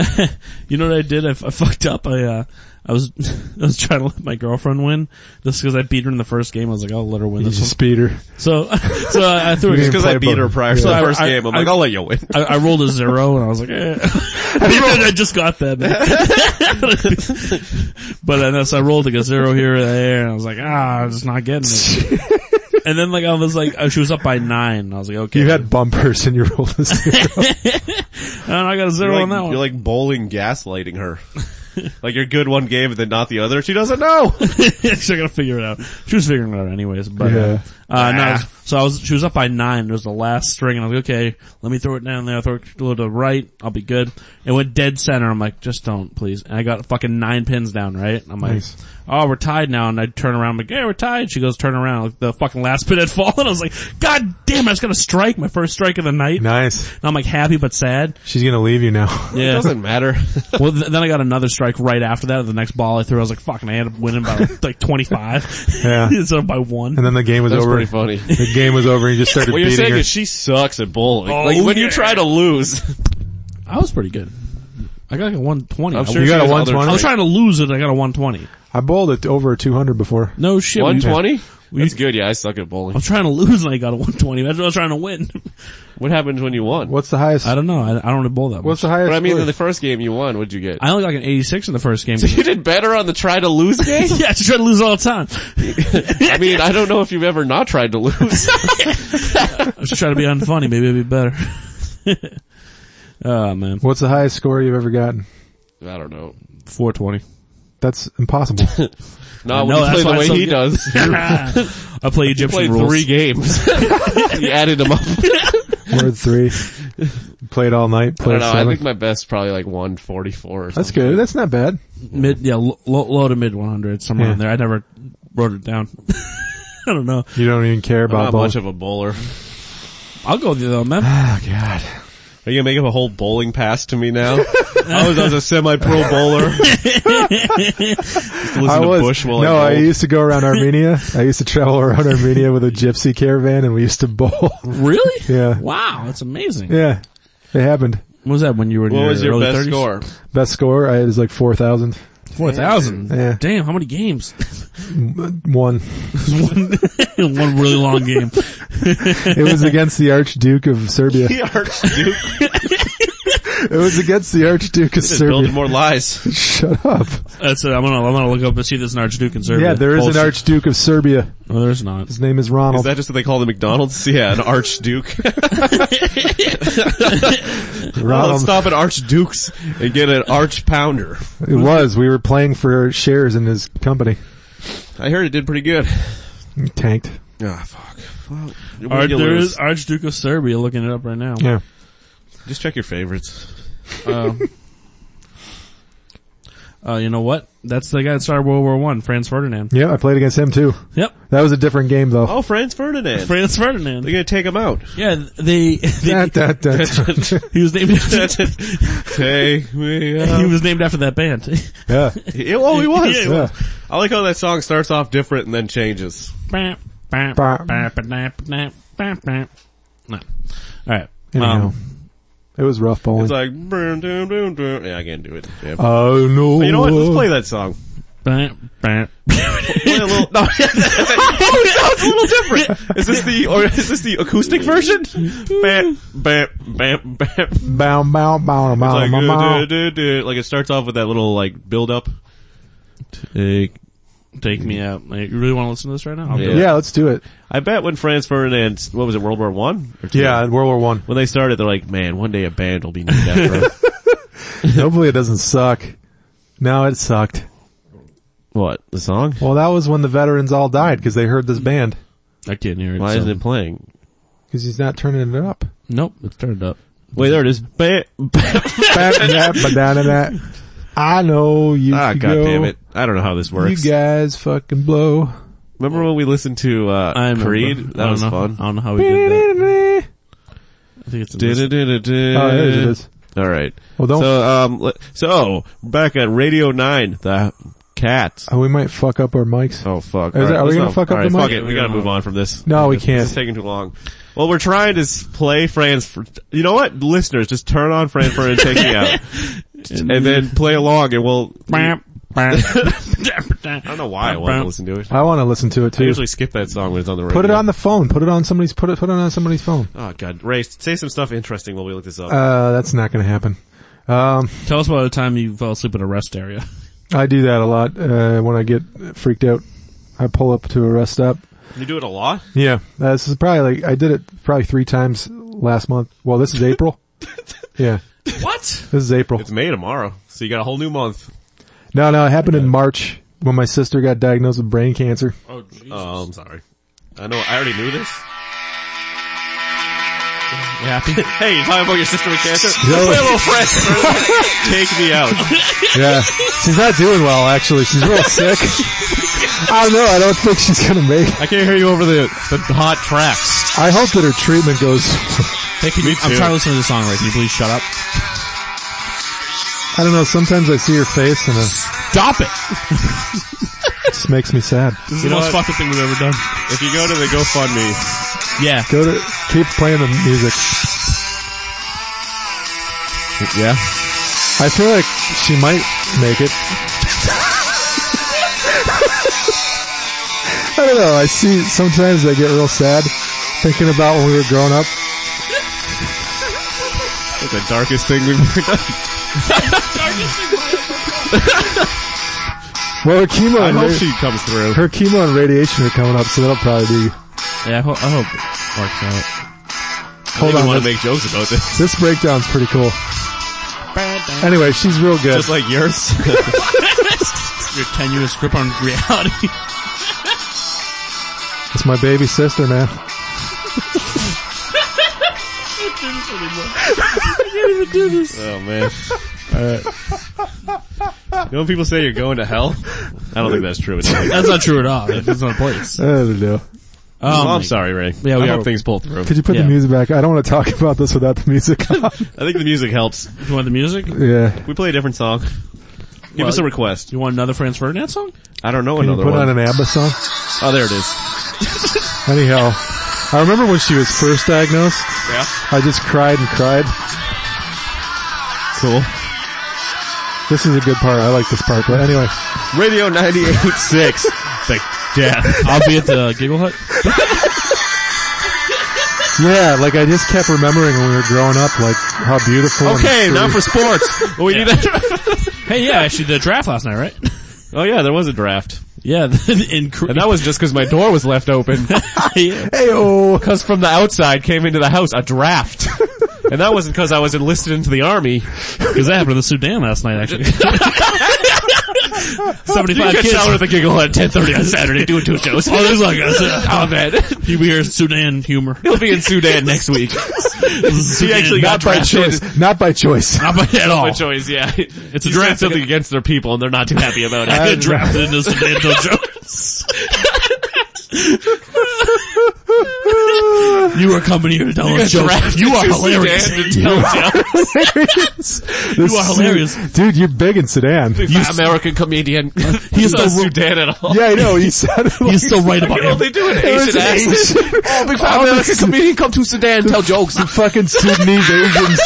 [SPEAKER 3] You know what I did? I, f- I fucked up. I, uh, I was, I was trying to let my girlfriend win just cause I beat her in the first game. I was like, I'll let her win
[SPEAKER 1] You
[SPEAKER 3] this one.
[SPEAKER 1] just beat her.
[SPEAKER 3] So, so I I threw
[SPEAKER 1] You
[SPEAKER 3] it.
[SPEAKER 1] didn't
[SPEAKER 2] Because I
[SPEAKER 1] play
[SPEAKER 2] beat her
[SPEAKER 1] both.
[SPEAKER 2] prior to
[SPEAKER 1] Yeah.
[SPEAKER 2] the
[SPEAKER 3] I-
[SPEAKER 2] first
[SPEAKER 3] I-
[SPEAKER 2] game. I'm
[SPEAKER 3] I-
[SPEAKER 2] like, I'll let you win.
[SPEAKER 3] I, I rolled a zero and I was like, eh. I just got that. man. but I know, so I rolled like a zero here or there and I was like, ah, I'm just not getting it. and then like I was like, oh, she was up by nine. I was like, okay.
[SPEAKER 1] You had bumpers in your old
[SPEAKER 3] and I got a 0
[SPEAKER 2] You're like,
[SPEAKER 3] on that one.
[SPEAKER 2] you're like bowling gaslighting her. like you're good one game and then not the other. She doesn't know.
[SPEAKER 3] She's gonna figure it out. She was figuring it out anyways, but,
[SPEAKER 1] Yeah.
[SPEAKER 3] uh, uh, no, I was- so I was, she was up by nine. It was the last string and I was like, okay, let me throw it down there. I'll throw it to the right. I'll be good. It went dead center. I'm like, just don't please. And I got fucking nine pins down, right? I'm like,
[SPEAKER 1] Nice.
[SPEAKER 3] oh, we're tied now. And I turn around. I'm like, yeah, we're tied. She goes, turn around. Like, the fucking last pin had fallen. I was like, god damn, I was gonna strike my first strike of the night.
[SPEAKER 1] nice.
[SPEAKER 3] And I'm like happy but sad.
[SPEAKER 1] She's gonna leave you now.
[SPEAKER 3] Yeah.
[SPEAKER 2] It doesn't matter.
[SPEAKER 3] Well, th- then I got another strike right after that. The next ball I threw, I was like, "Fucking!" I ended up winning by like, like twenty five
[SPEAKER 1] Yeah.
[SPEAKER 3] instead of by one.
[SPEAKER 1] And then the game was
[SPEAKER 2] That's
[SPEAKER 1] over.
[SPEAKER 2] pretty funny.
[SPEAKER 1] The game was over and you just started
[SPEAKER 2] What you're
[SPEAKER 1] beating
[SPEAKER 2] saying
[SPEAKER 1] her.
[SPEAKER 2] is she sucks at bowling.
[SPEAKER 3] Oh,
[SPEAKER 2] like when
[SPEAKER 3] yeah.
[SPEAKER 2] you try to lose,
[SPEAKER 3] I was pretty good. I got like a one twenty. I,
[SPEAKER 2] I'm
[SPEAKER 3] was-
[SPEAKER 2] sure
[SPEAKER 1] You
[SPEAKER 2] she
[SPEAKER 1] got a
[SPEAKER 2] has
[SPEAKER 1] 120?
[SPEAKER 2] other
[SPEAKER 3] I was
[SPEAKER 2] tricks.
[SPEAKER 3] trying to lose it. I got a one twenty.
[SPEAKER 1] I bowled it over 200 before.
[SPEAKER 3] No shit. we-
[SPEAKER 2] 120?
[SPEAKER 3] We-
[SPEAKER 2] That's good. Yeah, I suck at
[SPEAKER 3] I
[SPEAKER 2] bowling.
[SPEAKER 3] was trying to lose and I got a one twenty. That's what I was trying to win.
[SPEAKER 2] What happens when you won?
[SPEAKER 1] What's the highest?
[SPEAKER 3] I don't know. I, I don't want to bowl that
[SPEAKER 1] What's the
[SPEAKER 3] much.
[SPEAKER 1] highest?
[SPEAKER 2] But I mean,
[SPEAKER 1] score?
[SPEAKER 2] in the first game you won. What'd you get?
[SPEAKER 3] I only got like an eighty six in the first game.
[SPEAKER 2] you did better on the try to lose game.
[SPEAKER 3] yeah, I just try to lose all the time.
[SPEAKER 2] I mean, I don't know if you've ever not tried to lose.
[SPEAKER 3] I was just trying to be unfunny. Maybe it'd be better. oh man,
[SPEAKER 1] What's the highest score you've ever gotten?
[SPEAKER 2] I don't know.
[SPEAKER 3] four twenty.
[SPEAKER 1] That's impossible.
[SPEAKER 2] No,
[SPEAKER 3] know,
[SPEAKER 2] when you
[SPEAKER 3] that's
[SPEAKER 2] play
[SPEAKER 3] why
[SPEAKER 2] the way
[SPEAKER 3] it's so
[SPEAKER 2] he
[SPEAKER 3] good.
[SPEAKER 2] does.
[SPEAKER 3] I play Egyptian
[SPEAKER 2] played
[SPEAKER 3] rules.
[SPEAKER 2] three games. he added them up.
[SPEAKER 1] Word three. Played all night.
[SPEAKER 2] I don't
[SPEAKER 1] Played
[SPEAKER 2] know. I
[SPEAKER 1] seven.
[SPEAKER 2] think my best probably like 144 or something.
[SPEAKER 1] That's good. That's not bad.
[SPEAKER 3] Mid, yeah, lo- lo- low to mid 100, somewhere
[SPEAKER 1] Yeah.
[SPEAKER 3] in there. I never wrote it down. I don't know.
[SPEAKER 1] You don't even care
[SPEAKER 2] I'm
[SPEAKER 1] about
[SPEAKER 2] not
[SPEAKER 1] bowling.
[SPEAKER 2] much of a bowler.
[SPEAKER 3] I'll go with you though, man.
[SPEAKER 1] oh god.
[SPEAKER 2] Are you gonna make up a whole bowling pass to me now? I was, I was a semi-pro bowler. Just listen
[SPEAKER 1] I
[SPEAKER 2] to
[SPEAKER 1] was
[SPEAKER 2] Bush while
[SPEAKER 1] no.
[SPEAKER 2] I
[SPEAKER 1] I
[SPEAKER 2] bowled.
[SPEAKER 1] used to go around Armenia. I used to travel around Armenia with a gypsy caravan, and we used to bowl.
[SPEAKER 3] Really?
[SPEAKER 1] Yeah.
[SPEAKER 3] Wow, that's amazing.
[SPEAKER 1] yeah, it happened.
[SPEAKER 3] What was that when you were in
[SPEAKER 2] What
[SPEAKER 3] your
[SPEAKER 2] was your
[SPEAKER 3] early
[SPEAKER 2] best
[SPEAKER 3] 30s?
[SPEAKER 2] score?
[SPEAKER 1] Best score I had is like four thousand.
[SPEAKER 3] 4,000.
[SPEAKER 1] Yeah.
[SPEAKER 3] Damn, how many games?
[SPEAKER 1] One.
[SPEAKER 3] one, one really long game.
[SPEAKER 1] It was against the Archduke of Serbia.
[SPEAKER 2] The Archduke
[SPEAKER 1] It was against the Archduke of
[SPEAKER 2] is building
[SPEAKER 1] Serbia.
[SPEAKER 2] more lies.
[SPEAKER 1] Shut up.
[SPEAKER 3] That's it. I'm gonna, I'm gonna look up and see if there's an Archduke in Serbia.
[SPEAKER 1] Yeah, there is an
[SPEAKER 3] Bullshit.
[SPEAKER 1] Archduke of Serbia.
[SPEAKER 3] No, there's not.
[SPEAKER 1] His name is
[SPEAKER 2] Is
[SPEAKER 1] Ronald.
[SPEAKER 2] that just what they call the McDonald's? Yeah, an Archduke. Well,
[SPEAKER 1] Ronald.
[SPEAKER 2] let's stop at Archdukes and get an Arch Pounder.
[SPEAKER 1] It was. We were playing for shares in his company.
[SPEAKER 2] I heard it did pretty good.
[SPEAKER 1] Tanked.
[SPEAKER 2] Ah, fuck. Well,
[SPEAKER 3] Ar-
[SPEAKER 2] you
[SPEAKER 3] there
[SPEAKER 2] lose.
[SPEAKER 3] is Archduke of Serbia looking it up right now.
[SPEAKER 1] Yeah.
[SPEAKER 2] Just check your favorites.
[SPEAKER 3] Uh, you know what? That's the guy that started World War One, Franz Ferdinand.
[SPEAKER 1] Yeah, I played against him too.
[SPEAKER 3] Yep.
[SPEAKER 1] That was a different game though.
[SPEAKER 2] Oh, Franz Ferdinand.
[SPEAKER 3] Franz Ferdinand.
[SPEAKER 2] They're gonna take him out.
[SPEAKER 3] Yeah, they, they
[SPEAKER 1] Da, da, da, da.
[SPEAKER 3] he was named after,
[SPEAKER 2] Take me out.
[SPEAKER 3] he was named after that band.
[SPEAKER 1] yeah.
[SPEAKER 2] Yeah, oh, he was.
[SPEAKER 3] Yeah, he
[SPEAKER 1] yeah.
[SPEAKER 2] I like how that song starts off different and then changes.
[SPEAKER 3] no. All right.
[SPEAKER 1] Anyhow.
[SPEAKER 3] Um,
[SPEAKER 1] it was rough bowling.
[SPEAKER 2] It's like, "Brr, doo, doo, doo." yeah, I can't do it. Yeah.
[SPEAKER 1] oh no.
[SPEAKER 2] But you know what? Let's play that song. Play a little. No, that's it. Oh, it sounds a little different. Is this the or is this the acoustic version? Bam, bam, bam, bam.
[SPEAKER 1] Bow, bow, bow, bow, bow,
[SPEAKER 2] Like, uh,
[SPEAKER 1] bow,
[SPEAKER 2] doo,
[SPEAKER 1] bow.
[SPEAKER 2] doo, doo, doo. like it starts off with that little like build up. Take
[SPEAKER 3] Take me out. Like, you really want to listen to this right now? I'll do
[SPEAKER 1] Yeah.
[SPEAKER 3] it.
[SPEAKER 1] let's do it.
[SPEAKER 2] I bet when Franz Ferdinand, what was it, World War One? or two?
[SPEAKER 1] Yeah, World War One.
[SPEAKER 2] When they started, they're like, man, one day a band will be named after us.
[SPEAKER 1] Hopefully it doesn't suck. No, it sucked.
[SPEAKER 2] What? The song?
[SPEAKER 1] Well, that was when the veterans all died because they heard this band.
[SPEAKER 3] I can't hear it.
[SPEAKER 2] Why
[SPEAKER 3] so-
[SPEAKER 2] isn't it playing?
[SPEAKER 1] Because he's not turning it up.
[SPEAKER 3] Nope, it's turned up.
[SPEAKER 2] Wait, there it is. Ba- ba-
[SPEAKER 1] Bap, bap, banana, bap. I know you.
[SPEAKER 2] ah,
[SPEAKER 1] could
[SPEAKER 2] god
[SPEAKER 1] go.
[SPEAKER 2] damn it. I don't know how this works.
[SPEAKER 1] You guys fucking blow.
[SPEAKER 2] Remember when we listened to, uh,
[SPEAKER 3] I remember.
[SPEAKER 2] Creed?
[SPEAKER 3] I
[SPEAKER 2] That
[SPEAKER 3] don't
[SPEAKER 2] was
[SPEAKER 3] know.
[SPEAKER 2] fun.
[SPEAKER 3] I don't know how we did that.
[SPEAKER 1] Oh,
[SPEAKER 3] I think it's in this-
[SPEAKER 1] there it
[SPEAKER 2] Da-da-da-da-da.
[SPEAKER 1] is.
[SPEAKER 2] Alright.
[SPEAKER 1] Well, don't.
[SPEAKER 2] So, um, le- so, back at Radio 9, the cats.
[SPEAKER 1] oh, we might fuck up our mics.
[SPEAKER 2] Oh fuck.
[SPEAKER 1] Is it-
[SPEAKER 2] Alright,
[SPEAKER 1] are we
[SPEAKER 2] let's
[SPEAKER 1] gonna
[SPEAKER 2] not-
[SPEAKER 1] fuck up
[SPEAKER 2] alright,
[SPEAKER 1] the
[SPEAKER 2] fuck
[SPEAKER 1] mic?
[SPEAKER 2] it, we gotta move on from this.
[SPEAKER 1] No, we
[SPEAKER 2] This-
[SPEAKER 1] can't.
[SPEAKER 2] This is taking too long. Well, we're trying to s- play Franz, Fer- you know what? Listeners, just turn on Franz Ferdinand Take Me Out. And then play along and we'll, I
[SPEAKER 3] Bam, bam.
[SPEAKER 2] don't know why I want to listen to it.
[SPEAKER 1] I want to listen to it
[SPEAKER 2] I
[SPEAKER 1] too.
[SPEAKER 2] usually skip that song when it's on the radio.
[SPEAKER 1] Put it on the phone. Put it on somebody's. Put it. Put it on somebody's phone.
[SPEAKER 2] Oh god, Ray, say some stuff interesting while we look this up.
[SPEAKER 1] Uh, that's not going to happen. Um,
[SPEAKER 3] Tell us about the time you fell asleep in a rest area.
[SPEAKER 1] I do that a lot uh, when I get freaked out. I pull up to a rest stop.
[SPEAKER 2] you do it a lot.
[SPEAKER 1] Yeah, uh, this is probably like I did it probably three times last month. Well, this is April. yeah,
[SPEAKER 3] What?
[SPEAKER 1] this is April.
[SPEAKER 2] It's May tomorrow, so you got a whole new month.
[SPEAKER 1] No, no, it happened in March when my sister got diagnosed with brain cancer.
[SPEAKER 3] Oh, Jesus.
[SPEAKER 2] Oh, I'm sorry. I know. I already knew this.
[SPEAKER 3] happy?
[SPEAKER 2] Hey, you talking about your sister with cancer?
[SPEAKER 1] Yeah.
[SPEAKER 2] Play a little French. Take me out.
[SPEAKER 1] Yeah, she's not doing well actually. She's real sick. I don't know. I don't think she's gonna make. it.
[SPEAKER 2] I can't hear you over the the hot tracks.
[SPEAKER 1] I hope that her treatment goes.
[SPEAKER 3] Hey, can you, I'm
[SPEAKER 2] too.
[SPEAKER 3] trying to listen to this song right. Can you please shut up?
[SPEAKER 1] I don't know. Sometimes I see her face and it
[SPEAKER 3] Stop it!
[SPEAKER 1] just makes me sad.
[SPEAKER 3] This is
[SPEAKER 2] You
[SPEAKER 3] the
[SPEAKER 2] know
[SPEAKER 3] most
[SPEAKER 2] what?
[SPEAKER 3] fucked up thing we've ever done.
[SPEAKER 2] If you go to the GoFundMe,
[SPEAKER 3] Yeah.
[SPEAKER 1] Go to keep playing the music.
[SPEAKER 2] yeah,
[SPEAKER 1] I feel like she might make it. I don't know. I see sometimes I get real sad thinking about when we were growing up.
[SPEAKER 2] that's the darkest thing we've ever done.
[SPEAKER 1] Well, her chemo,
[SPEAKER 2] I
[SPEAKER 1] and
[SPEAKER 2] hope
[SPEAKER 1] ra-
[SPEAKER 2] she comes through.
[SPEAKER 1] Oh, her chemo and radiation are coming up, so that'll probably be.
[SPEAKER 3] Yeah, I, ho- I hope it works out.
[SPEAKER 1] Hold
[SPEAKER 2] I
[SPEAKER 1] on,
[SPEAKER 2] want
[SPEAKER 1] this,
[SPEAKER 2] to make jokes about this,
[SPEAKER 1] this breakdown's pretty cool. Anyway, she's real good.
[SPEAKER 2] just like yours.
[SPEAKER 3] Your tenuous grip on reality.
[SPEAKER 1] it's my baby sister, man.
[SPEAKER 2] Oh man. You know when people say you're going to hell? I don't think that's true. It's like-
[SPEAKER 3] That's not true at all. That's not a place.
[SPEAKER 1] I don't know.
[SPEAKER 2] Oh,
[SPEAKER 3] Um,
[SPEAKER 2] I'm sorry, Ray.
[SPEAKER 3] Yeah, we
[SPEAKER 2] I
[SPEAKER 3] are-
[SPEAKER 2] hope things pull through.
[SPEAKER 1] Could you put
[SPEAKER 3] Yeah.
[SPEAKER 1] the music back? I don't want to talk about this without the music on.
[SPEAKER 2] I think the music helps.
[SPEAKER 3] You want the music? You
[SPEAKER 1] yeah.
[SPEAKER 2] We play a different song. Give
[SPEAKER 3] Well,
[SPEAKER 2] us a request.
[SPEAKER 3] want another Franz Ferdinand song?
[SPEAKER 2] I don't know
[SPEAKER 1] Can you
[SPEAKER 2] another
[SPEAKER 1] put on an
[SPEAKER 2] one.
[SPEAKER 1] ABBA song?
[SPEAKER 2] oh, there it is.
[SPEAKER 1] Anyhow, I remember when she was first diagnosed.
[SPEAKER 2] Yeah.
[SPEAKER 1] I just cried and cried.
[SPEAKER 2] Cool.
[SPEAKER 1] This is a good part. I like this part. But anyway,
[SPEAKER 2] Radio 98.6. Thank death.
[SPEAKER 3] I'll be at the Giggle Hut.
[SPEAKER 1] yeah, like I just kept remembering when we were growing up, like how beautiful. and
[SPEAKER 2] Okay, now
[SPEAKER 1] sweet-
[SPEAKER 2] for sports. Oh, we need a-
[SPEAKER 3] Hey, yeah, actually the draft last night, right?
[SPEAKER 2] oh yeah, there was a draft.
[SPEAKER 3] Yeah, the, in Cre-
[SPEAKER 2] And that was just cause my door was left open.
[SPEAKER 3] yeah.
[SPEAKER 1] Ayo.
[SPEAKER 2] Cause from the outside came into the house a draft. And that wasn't cause I was enlisted into the army.
[SPEAKER 3] Because that happened in the Sudan last night, actually.
[SPEAKER 2] You
[SPEAKER 3] Seventy-five
[SPEAKER 2] get
[SPEAKER 3] kids.
[SPEAKER 2] showered at the giggle at 10.30 on Saturday doing two shows.
[SPEAKER 3] Oh, there's like a
[SPEAKER 2] Oh man.
[SPEAKER 3] you hear Sudan humor.
[SPEAKER 2] He'll be in Sudan next week.
[SPEAKER 3] He
[SPEAKER 2] He actually got
[SPEAKER 1] By choice,
[SPEAKER 2] drafted.
[SPEAKER 1] not by choice.
[SPEAKER 3] not by at all.
[SPEAKER 2] By choice, yeah. It's
[SPEAKER 3] a draft.
[SPEAKER 2] something against their people and they're not too happy about it.
[SPEAKER 1] I-
[SPEAKER 3] Get drafted into Sudan dojos. you are coming here to tell us jokes. You are hilarious.
[SPEAKER 1] This
[SPEAKER 3] You are
[SPEAKER 1] is-
[SPEAKER 3] hilarious.
[SPEAKER 1] dude. You're big in Sudan.
[SPEAKER 2] American comedian.
[SPEAKER 3] He's
[SPEAKER 2] He's
[SPEAKER 3] the
[SPEAKER 2] not
[SPEAKER 3] ru-
[SPEAKER 2] Sudan at all.
[SPEAKER 1] Yeah, I know. He sounded like
[SPEAKER 3] You're still right about
[SPEAKER 2] All
[SPEAKER 3] him.
[SPEAKER 2] they do an
[SPEAKER 1] was
[SPEAKER 2] Asian
[SPEAKER 1] an
[SPEAKER 2] accent.
[SPEAKER 1] Asian-
[SPEAKER 2] Oh, big fat American comedian come to Sudan tell jokes.
[SPEAKER 1] fucking Sudanese Asians.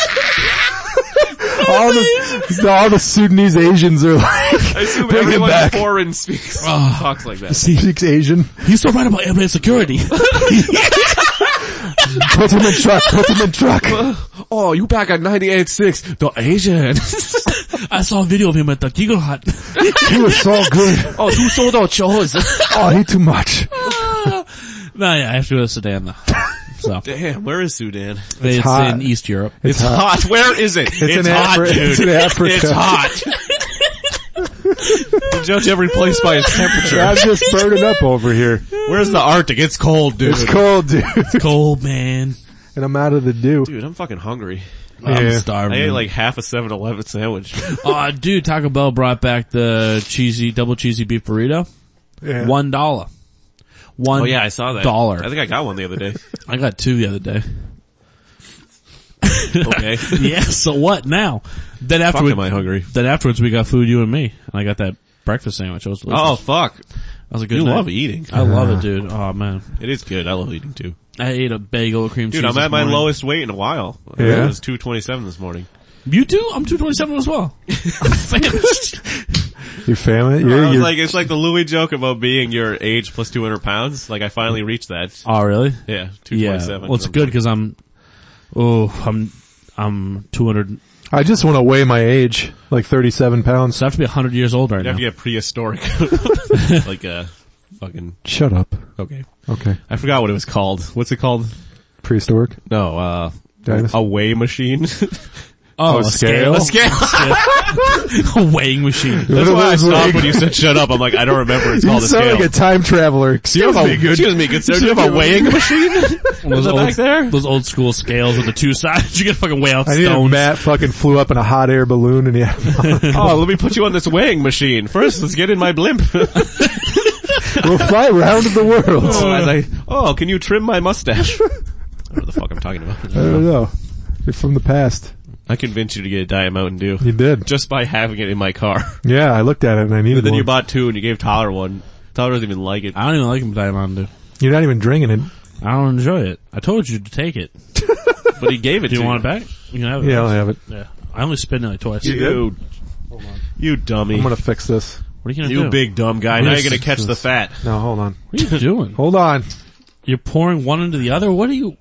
[SPEAKER 1] all the all the Sudanese Asians are like.
[SPEAKER 2] I assume
[SPEAKER 1] Bring him
[SPEAKER 2] everyone
[SPEAKER 1] back.
[SPEAKER 2] foreign speaks, talks like that.
[SPEAKER 1] He speaks Asian.
[SPEAKER 3] He's still right about Homeland Security.
[SPEAKER 1] Put him in truck. Put him in truck.
[SPEAKER 2] Oh, you back at 98.6, the Asian.
[SPEAKER 3] I saw a video of him at the Giggle Hut.
[SPEAKER 1] He was so good.
[SPEAKER 5] Oh, two sold out shows.
[SPEAKER 1] Oh, I ate too much.
[SPEAKER 3] no, yeah, I have to go to Sudan though. So
[SPEAKER 2] Damn, where is Sudan?
[SPEAKER 3] it's,
[SPEAKER 1] hot.
[SPEAKER 3] in East Europe.
[SPEAKER 2] It's hot. Where is it? It's,
[SPEAKER 1] in
[SPEAKER 2] hot,
[SPEAKER 1] Afri-
[SPEAKER 2] dude.
[SPEAKER 1] it's in Africa.
[SPEAKER 2] It's hot. You judge every place by its temperature.
[SPEAKER 1] I'm just burning up over here.
[SPEAKER 2] Where's the Arctic? It's cold, dude.
[SPEAKER 1] It's cold, dude.
[SPEAKER 3] cold, man.
[SPEAKER 1] And I'm out of the dew.
[SPEAKER 2] Dude, I'm fucking hungry.
[SPEAKER 3] I'm
[SPEAKER 1] Yeah.
[SPEAKER 2] I
[SPEAKER 3] starving.
[SPEAKER 2] ate like half a 7-Eleven sandwich.
[SPEAKER 3] uh, dude, Taco Bell brought back the cheesy, double cheesy beef burrito.
[SPEAKER 1] Yeah.
[SPEAKER 3] One dollar. One.
[SPEAKER 2] Oh yeah, I saw that.
[SPEAKER 3] Dollar.
[SPEAKER 2] I think I got one the other day.
[SPEAKER 3] I got two the other day.
[SPEAKER 2] Okay.
[SPEAKER 3] yeah. So what now? Then
[SPEAKER 2] Fuck
[SPEAKER 3] afterwards,
[SPEAKER 2] am I hungry?
[SPEAKER 3] then afterwards we got food, you and me, and I got that breakfast sandwich. I was delicious.
[SPEAKER 2] Oh fuck.
[SPEAKER 3] that was a good.
[SPEAKER 2] You
[SPEAKER 3] night.
[SPEAKER 2] love eating.
[SPEAKER 3] I love it, dude. Oh man,
[SPEAKER 2] It is good. I love eating too.
[SPEAKER 3] I ate a bagel with cream cheese.
[SPEAKER 2] Dude, I'm
[SPEAKER 3] this
[SPEAKER 2] at my
[SPEAKER 3] morning.
[SPEAKER 2] lowest weight in a while.
[SPEAKER 1] Yeah.
[SPEAKER 2] It was 227 this morning.
[SPEAKER 3] You do? I'm 227 as well. I'm famished.
[SPEAKER 1] Your family?
[SPEAKER 2] I
[SPEAKER 1] You're,
[SPEAKER 2] was
[SPEAKER 1] you're,
[SPEAKER 2] like, it's like the Louis joke about being your age plus 200 pounds. Like I finally reached that.
[SPEAKER 3] oh, really?
[SPEAKER 2] Yeah, 227.
[SPEAKER 3] Yeah. Well, it's good because I'm. Oh, I'm. I'm 200.
[SPEAKER 1] I just want to weigh my age, like 37 pounds.
[SPEAKER 3] So I have to be 100 years old right
[SPEAKER 2] You
[SPEAKER 3] now.
[SPEAKER 2] have to get prehistoric. like uh fucking,
[SPEAKER 1] Shut up.
[SPEAKER 2] okay.
[SPEAKER 1] Okay.
[SPEAKER 2] I forgot what it was called. What's it called?
[SPEAKER 1] Prehistoric.
[SPEAKER 2] No, uh,
[SPEAKER 1] Dinosaur.
[SPEAKER 2] a weigh machine.
[SPEAKER 3] oh,
[SPEAKER 1] Oh,
[SPEAKER 3] a
[SPEAKER 1] scale?
[SPEAKER 3] scale?
[SPEAKER 2] a scale.
[SPEAKER 3] a weighing machine.
[SPEAKER 2] That's
[SPEAKER 1] Look at
[SPEAKER 2] why I
[SPEAKER 1] those
[SPEAKER 2] stopped
[SPEAKER 1] legs.
[SPEAKER 2] when you said shut up. I'm like, I don't remember. It's
[SPEAKER 1] You
[SPEAKER 2] called a
[SPEAKER 1] sound
[SPEAKER 2] scale.
[SPEAKER 1] like a time traveler. Excuse
[SPEAKER 2] you have
[SPEAKER 1] me.
[SPEAKER 2] a, excuse me, good sir. Do you have a weighing machine?
[SPEAKER 3] Those
[SPEAKER 2] it
[SPEAKER 3] old,
[SPEAKER 2] back there?
[SPEAKER 3] Those old school scales with the two sides. You can fucking weigh out
[SPEAKER 1] I need a
[SPEAKER 3] stones.
[SPEAKER 1] Matt fucking flew up in a hot air balloon and yeah,
[SPEAKER 2] oh, let me put you on this weighing machine. First, let's get in my blimp.
[SPEAKER 1] we'll fly around the world.
[SPEAKER 2] As I- oh, can you trim my mustache? I don't know the fuck I'm talking
[SPEAKER 1] I
[SPEAKER 2] about.
[SPEAKER 1] don't know. You're from the past.
[SPEAKER 2] I convinced you to get a Diet Mountain Dew.
[SPEAKER 1] You did.
[SPEAKER 2] Just by having it in my car.
[SPEAKER 1] Yeah, I looked at it and I needed
[SPEAKER 2] But then
[SPEAKER 1] one.
[SPEAKER 2] you bought two and you gave Tyler one. Tyler doesn't even like it.
[SPEAKER 3] I don't even like them diamond, dude.
[SPEAKER 1] You're not even drinking it.
[SPEAKER 3] I don't enjoy it. I told you to take it.
[SPEAKER 2] But he gave it
[SPEAKER 3] Do
[SPEAKER 2] to
[SPEAKER 3] you want it back? You can have it.
[SPEAKER 1] Yeah, I'll have it.
[SPEAKER 3] Yeah. I only spin it like twice.
[SPEAKER 2] You, you dummy.
[SPEAKER 1] I'm gonna fix this.
[SPEAKER 3] What are you gonna
[SPEAKER 2] You
[SPEAKER 3] do?
[SPEAKER 2] big dumb guy. Now you're gonna catch the fat.
[SPEAKER 1] No, hold on.
[SPEAKER 3] What are you doing?
[SPEAKER 1] Hold on.
[SPEAKER 3] You're pouring one into the other? What are you,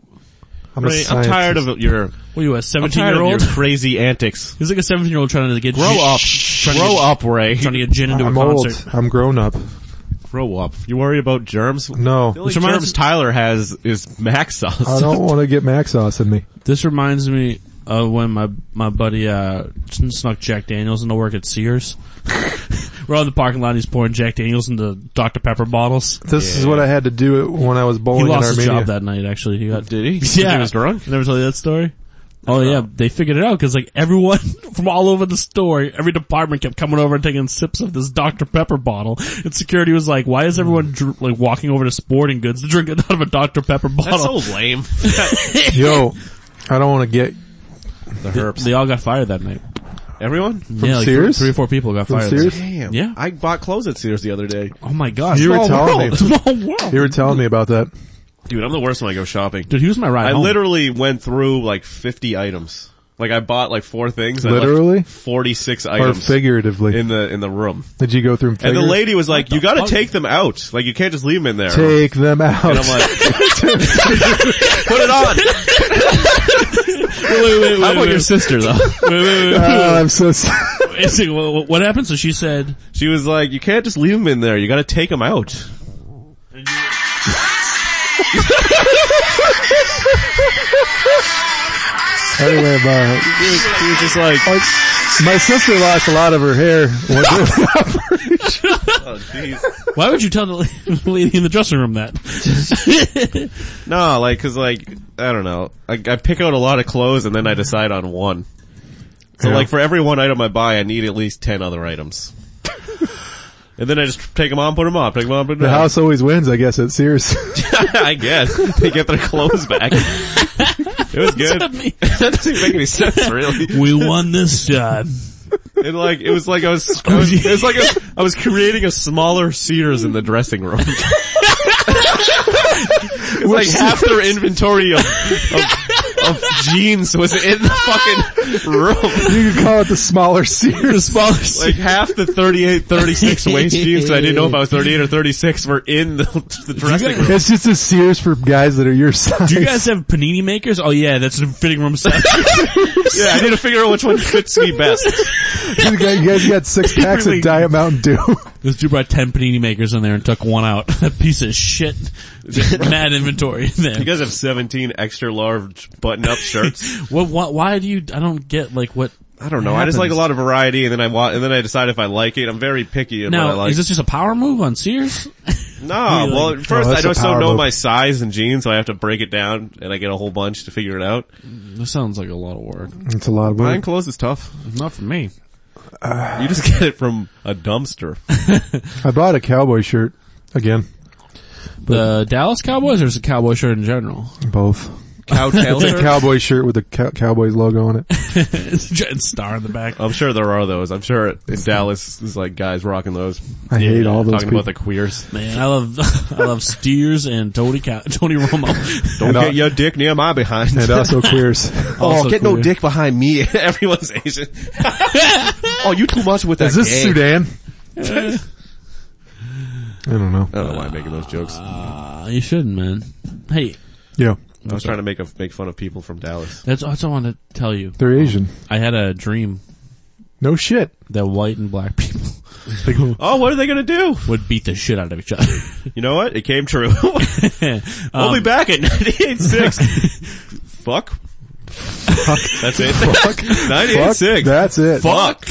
[SPEAKER 1] I'm, a
[SPEAKER 2] Ray, I'm
[SPEAKER 1] scientist.
[SPEAKER 2] tired of your,
[SPEAKER 3] what are you, a 17
[SPEAKER 2] tired
[SPEAKER 3] year
[SPEAKER 2] of your
[SPEAKER 3] old?
[SPEAKER 2] crazy antics.
[SPEAKER 3] He's like a 17 year old trying to get
[SPEAKER 2] Grow
[SPEAKER 3] gin-
[SPEAKER 2] up.
[SPEAKER 3] Trying to
[SPEAKER 2] Grow
[SPEAKER 3] get,
[SPEAKER 2] up, Ray.
[SPEAKER 3] Trying to get gin into
[SPEAKER 1] I'm
[SPEAKER 3] a
[SPEAKER 1] old.
[SPEAKER 3] concert.
[SPEAKER 1] I'm grown up.
[SPEAKER 2] Grow up. You worry about germs?
[SPEAKER 1] No.
[SPEAKER 2] The only
[SPEAKER 3] Which reminds-
[SPEAKER 2] germs Tyler has is Mac sauce.
[SPEAKER 1] Mm. I don't want to get Mac sauce in me.
[SPEAKER 3] This reminds me of when my my buddy uh sn- snuck Jack Daniels into work at Sears. We're out in the parking lot. and He's pouring Jack Daniels into Dr Pepper bottles.
[SPEAKER 1] This is what I had to do when I was
[SPEAKER 3] He
[SPEAKER 1] bowling in
[SPEAKER 3] lost his
[SPEAKER 1] Armenia.
[SPEAKER 3] job that night. Actually, he got
[SPEAKER 2] Did he?
[SPEAKER 3] Yeah.
[SPEAKER 2] He was drunk?
[SPEAKER 3] Never tell you that story. Oh yeah, they figured it out because like everyone from all over the store, every department kept coming over and taking sips of this Dr Pepper bottle. And security was like, "Why is everyone dr- like walking over to Sporting Goods to drink out of a Dr Pepper
[SPEAKER 2] That's
[SPEAKER 3] bottle?"
[SPEAKER 2] so lame.
[SPEAKER 1] Yo, I don't want to get
[SPEAKER 2] the herps.
[SPEAKER 3] they all got fired that night.
[SPEAKER 2] Everyone?
[SPEAKER 3] From yeah, like
[SPEAKER 1] Sears?
[SPEAKER 3] three, three or four people got
[SPEAKER 1] from
[SPEAKER 3] fired.
[SPEAKER 1] Sears.
[SPEAKER 2] Damn.
[SPEAKER 3] Yeah.
[SPEAKER 2] I bought clothes at Sears the other day.
[SPEAKER 3] Oh my gosh!
[SPEAKER 1] You were telling me.
[SPEAKER 3] Small world.
[SPEAKER 1] You were telling me about that.
[SPEAKER 2] Dude, I'm the worst when I go shopping.
[SPEAKER 3] Dude, he was my ride
[SPEAKER 2] I
[SPEAKER 3] home.
[SPEAKER 2] literally went through like 50 items. Like I bought like four things. and I left
[SPEAKER 1] Literally?
[SPEAKER 2] 46
[SPEAKER 1] Or
[SPEAKER 2] items
[SPEAKER 1] figuratively.
[SPEAKER 2] in the, in the room.
[SPEAKER 1] Did you go through
[SPEAKER 2] And
[SPEAKER 1] figures?
[SPEAKER 2] the lady was like, you gotta
[SPEAKER 3] fuck?
[SPEAKER 2] take them out. Like you can't just leave them in there.
[SPEAKER 1] Take them
[SPEAKER 2] and
[SPEAKER 1] out.
[SPEAKER 2] I'm like, put it on.
[SPEAKER 3] wait, wait,
[SPEAKER 2] How about your sister though?
[SPEAKER 1] Ah, I'm so s-
[SPEAKER 3] It's like, wha- wha- what happened? So she said,
[SPEAKER 2] She was like, you can't just leave them in there. You gotta take them out.
[SPEAKER 1] anyway, bye.
[SPEAKER 2] She was, she was just like,
[SPEAKER 1] Like, my sister lost a lot of her hair. What-
[SPEAKER 2] oh jeez.
[SPEAKER 3] why would you tell the la- lady in the dressing room that?
[SPEAKER 2] No, like, cause like, I don't know. I, I pick out a lot of clothes and then I decide on one. So
[SPEAKER 1] Yeah.
[SPEAKER 2] like for every one item I buy, I need at least 10 other items. and then I just take them on, put them on, take them on, put them
[SPEAKER 1] the
[SPEAKER 2] on.
[SPEAKER 1] house always wins, I guess, at Sears.
[SPEAKER 2] I guess. They get their clothes back. it was good.
[SPEAKER 3] I mean,
[SPEAKER 2] that doesn't make any sense really.
[SPEAKER 3] we won this time.
[SPEAKER 2] And like, it was like I was, I was it was like I was, I was creating a smaller Sears in the dressing room. It's like half their inventory of, of, of jeans was in the fucking room.
[SPEAKER 1] You could call it the smaller Sears.
[SPEAKER 3] The smaller
[SPEAKER 2] Like half the 38, 36 waist jeans that I didn't know if I was 38 or 36 were in the, the dressing room.
[SPEAKER 1] It's just a Sears for guys that are your size.
[SPEAKER 3] Do you guys have panini makers? Oh yeah, that's in fitting room size.
[SPEAKER 2] Yeah, I need to figure out which one fits me best.
[SPEAKER 1] you guys you guys got six packs
[SPEAKER 3] Really?
[SPEAKER 1] of Diet Mountain Dew.
[SPEAKER 3] this dude brought ten panini makers in there and took one out. that piece of shit. Mad inventory in there.
[SPEAKER 2] You guys have 17 extra large button-up shirts.
[SPEAKER 3] What, why, why do you, I don't get like what,
[SPEAKER 2] I don't know. I just like a
[SPEAKER 3] Happens.
[SPEAKER 2] lot of variety, and then I want, and then I decide if I like it. I'm very picky in
[SPEAKER 3] now,
[SPEAKER 2] what I like.
[SPEAKER 3] is this just a power move on Sears?
[SPEAKER 2] no,
[SPEAKER 3] really?
[SPEAKER 2] well,
[SPEAKER 1] that's
[SPEAKER 2] first I
[SPEAKER 1] a
[SPEAKER 2] just don't
[SPEAKER 1] power
[SPEAKER 2] know
[SPEAKER 1] move.
[SPEAKER 2] my size and jeans, so I have to break it down, and I get a whole bunch to figure it out.
[SPEAKER 3] This sounds like a lot of work.
[SPEAKER 1] It's a lot of
[SPEAKER 2] Buying
[SPEAKER 1] work.
[SPEAKER 2] clothes is tough.
[SPEAKER 3] Not for me.
[SPEAKER 2] You just get it from a dumpster.
[SPEAKER 1] I bought a cowboy shirt. Again.
[SPEAKER 3] The Dallas Cowboys or is it cowboy shirt in general?
[SPEAKER 1] Both.
[SPEAKER 2] Cow tail
[SPEAKER 1] It's a
[SPEAKER 2] shirt?
[SPEAKER 1] cowboy shirt with a cow- Cowboys logo on it.
[SPEAKER 3] it's a giant star in the back.
[SPEAKER 2] I'm sure there are those. I'm sure in Dallas is like guys rocking those.
[SPEAKER 1] I hate all those
[SPEAKER 2] Talking
[SPEAKER 1] people.
[SPEAKER 2] about the queers.
[SPEAKER 3] Man, I love, I love Steers and Tony, Cow- Tony Romo.
[SPEAKER 2] Don't
[SPEAKER 1] And
[SPEAKER 2] get
[SPEAKER 1] I-
[SPEAKER 2] your dick near my behind. Oh,
[SPEAKER 1] and also queers.
[SPEAKER 3] Also cool.
[SPEAKER 2] behind me. Everyone's Asian. oh, you too much with
[SPEAKER 1] Is
[SPEAKER 2] that
[SPEAKER 1] this
[SPEAKER 2] gang.
[SPEAKER 1] Sudan? I don't know.
[SPEAKER 2] I don't know why I'm making those jokes. I
[SPEAKER 3] Uh, you shouldn't, man. Hey,
[SPEAKER 1] Yeah.
[SPEAKER 2] was trying to make a, make fun of people from Dallas.
[SPEAKER 3] that's, that's what I wanted to tell you.
[SPEAKER 1] They're Asian.
[SPEAKER 3] I had a dream
[SPEAKER 1] No shit.
[SPEAKER 3] that white and black people
[SPEAKER 2] Oh, what are they gonna do?
[SPEAKER 3] would beat the shit out of each other.
[SPEAKER 2] You know what? It came true. we'll be back at 98.6. Um, Fuck. Fuck. That's it. Fuck. 98.6.
[SPEAKER 1] Fuck. That's it.
[SPEAKER 2] Fuck.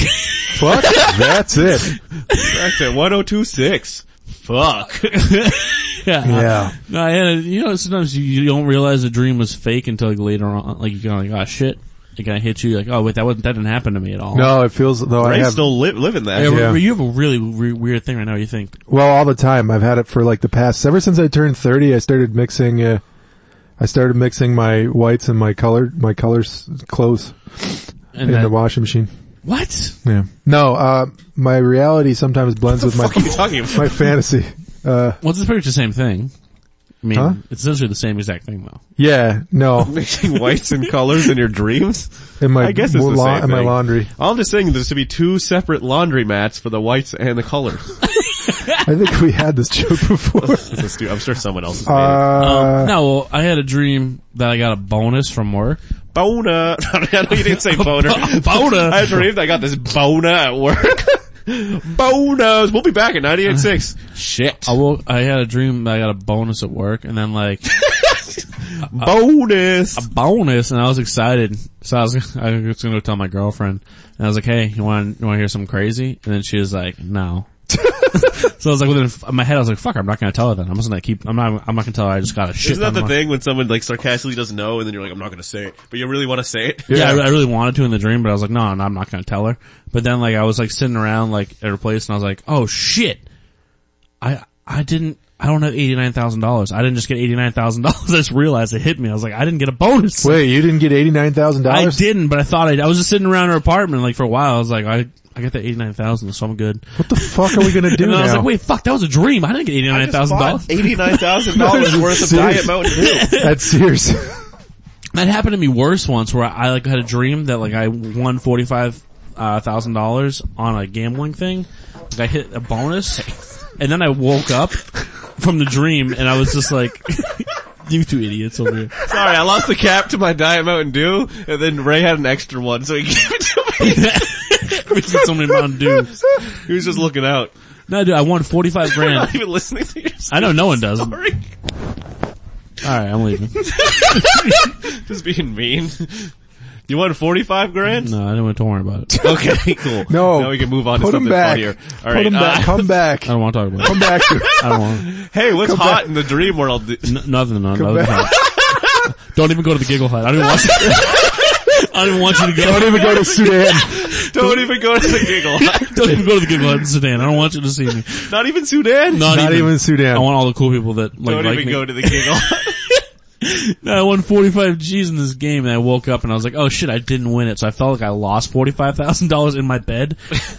[SPEAKER 1] Fuck. That's it.
[SPEAKER 2] Back to 102.6. Fuck.
[SPEAKER 3] yeah.
[SPEAKER 1] Yeah.
[SPEAKER 3] No, I had a, you know, sometimes you, you don't realize the dream was fake until like later on, like you're kind of like, oh shit, it kind of hits you like, oh wait, that wasn't, that didn't happen to me at all.
[SPEAKER 1] No, it feels though I
[SPEAKER 2] Ray's
[SPEAKER 1] have
[SPEAKER 2] still li- living that.
[SPEAKER 3] Yeah,
[SPEAKER 1] Yeah.
[SPEAKER 3] but You have a really re- weird thing right now, you think.
[SPEAKER 1] Well, all the time. I've had it for like the past, ever since I turned 30, I started mixing, uh, I started mixing my whites and my colored, my colors clothes
[SPEAKER 3] And
[SPEAKER 1] in
[SPEAKER 3] that-
[SPEAKER 1] the washing machine.
[SPEAKER 3] what?
[SPEAKER 1] Yeah. No, uh, my reality sometimes blends with my,
[SPEAKER 2] What are you talking about?
[SPEAKER 1] my fantasy. Uh,
[SPEAKER 3] Well, it's pretty much the same thing. I mean,
[SPEAKER 1] Huh?
[SPEAKER 3] it's essentially the same exact thing though.
[SPEAKER 1] yeah, no,
[SPEAKER 2] Mixing whites and colors in your dreams?
[SPEAKER 1] in my,
[SPEAKER 2] I guess it's the
[SPEAKER 1] la-
[SPEAKER 2] same
[SPEAKER 1] in my
[SPEAKER 2] thing.
[SPEAKER 1] laundry.
[SPEAKER 2] I'm just saying there's to be two separate laundry mats for the whites and the colors.
[SPEAKER 1] I think we had this joke before.
[SPEAKER 2] This is stu- I'm sure someone else has made it.
[SPEAKER 1] Uh,
[SPEAKER 3] no, well, I had a dream that I got a bonus from work.
[SPEAKER 2] Boner. I know you didn't say boner.
[SPEAKER 3] boner.
[SPEAKER 2] I dreamed I got this boner at work. Boners. We'll be back at 98.6. Shit.
[SPEAKER 3] I woke, I had a dream that I got a bonus at work and then like,
[SPEAKER 2] Bonus.
[SPEAKER 3] bonus and I was excited. So I was, I was gonna go tell my girlfriend and I was like, hey, you want, you want to hear something crazy? And then she was like, no. so I was like, within in my head, I was like, fuck, I'm not gonna tell her then. I'm just gonna keep, I'm not, I'm not gonna tell her I just got a shit.
[SPEAKER 2] Isn't that
[SPEAKER 3] ton
[SPEAKER 2] the
[SPEAKER 3] of money."
[SPEAKER 2] thing when someone like sarcastically doesn't know and then you're like, I'm not gonna say it, but you really wanna say it?
[SPEAKER 3] Yeah, I, I really wanted to in the dream, but I was like, no, no, I'm not gonna tell her. But then like I was like sitting around like at her place and I was like, oh shit. I, I didn't, I don't have $89,000. I didn't just get $89,000. I just realized it hit me. I was like, I didn't get a bonus.
[SPEAKER 1] wait, you didn't get $89,000?
[SPEAKER 3] I didn't, but I thought I, I was just sitting around her apartment like for a while. I was like, I, I got the 89,000, so I'm good.
[SPEAKER 1] What the fuck are we gonna do
[SPEAKER 3] and
[SPEAKER 1] now?
[SPEAKER 3] then I was like, wait, fuck, that was a dream. I didn't get $89,000.
[SPEAKER 2] $89,000 worth of Diet Mountain Dew.
[SPEAKER 1] That's Sears.
[SPEAKER 3] That happened to me worse once where I like had a dream that like I won $45,000 on a gambling thing. Like, I hit a bonus and then I woke up from the dream and I was just like, you two idiots over here.
[SPEAKER 2] Sorry, I lost the cap to my Diet Mountain Dew, and then Ray had an extra one, so he gave it to me.
[SPEAKER 3] We did so many Mountain Dews.
[SPEAKER 2] He was just looking out.
[SPEAKER 3] No dude, I won 45
[SPEAKER 2] We're
[SPEAKER 3] grand.
[SPEAKER 2] not even listening to your
[SPEAKER 3] I know no one does. Alright,
[SPEAKER 2] story.
[SPEAKER 3] I'm leaving.
[SPEAKER 2] Just being mean. You won 45 grand?
[SPEAKER 3] No, I don't want to worry about it.
[SPEAKER 2] Okay, cool.
[SPEAKER 1] No.
[SPEAKER 2] Now we can move on to
[SPEAKER 1] Put 'em
[SPEAKER 2] something
[SPEAKER 1] back.
[SPEAKER 2] funnier. All
[SPEAKER 1] Put
[SPEAKER 2] right.
[SPEAKER 1] him back.
[SPEAKER 2] uh,
[SPEAKER 1] Come back.
[SPEAKER 3] I don't want to talk about it.
[SPEAKER 1] Come back. to-
[SPEAKER 3] I don't want
[SPEAKER 2] hey, what's
[SPEAKER 1] back.
[SPEAKER 2] hot in the dream world?
[SPEAKER 3] n- nothing. No,
[SPEAKER 1] Go
[SPEAKER 3] nothing.
[SPEAKER 1] back.
[SPEAKER 3] Don't even go to the giggle hut. I don't even want you. I don't want you to go.
[SPEAKER 1] Don't even go to Sudan.
[SPEAKER 2] Don't even go to the giggle. hut.
[SPEAKER 3] Don't even go to the giggle hut in Sudan. I don't want you to see me.
[SPEAKER 2] Not even Sudan.
[SPEAKER 3] Not,
[SPEAKER 1] Not even Sudan.
[SPEAKER 3] I want all the cool people that like
[SPEAKER 2] Don't
[SPEAKER 3] like
[SPEAKER 2] even
[SPEAKER 3] me.
[SPEAKER 2] go to the giggle. hut.
[SPEAKER 3] No, I won 45 G's in this game and I woke up and I was like, oh shit, I didn't win it. So I felt like I lost $45,000 in my bed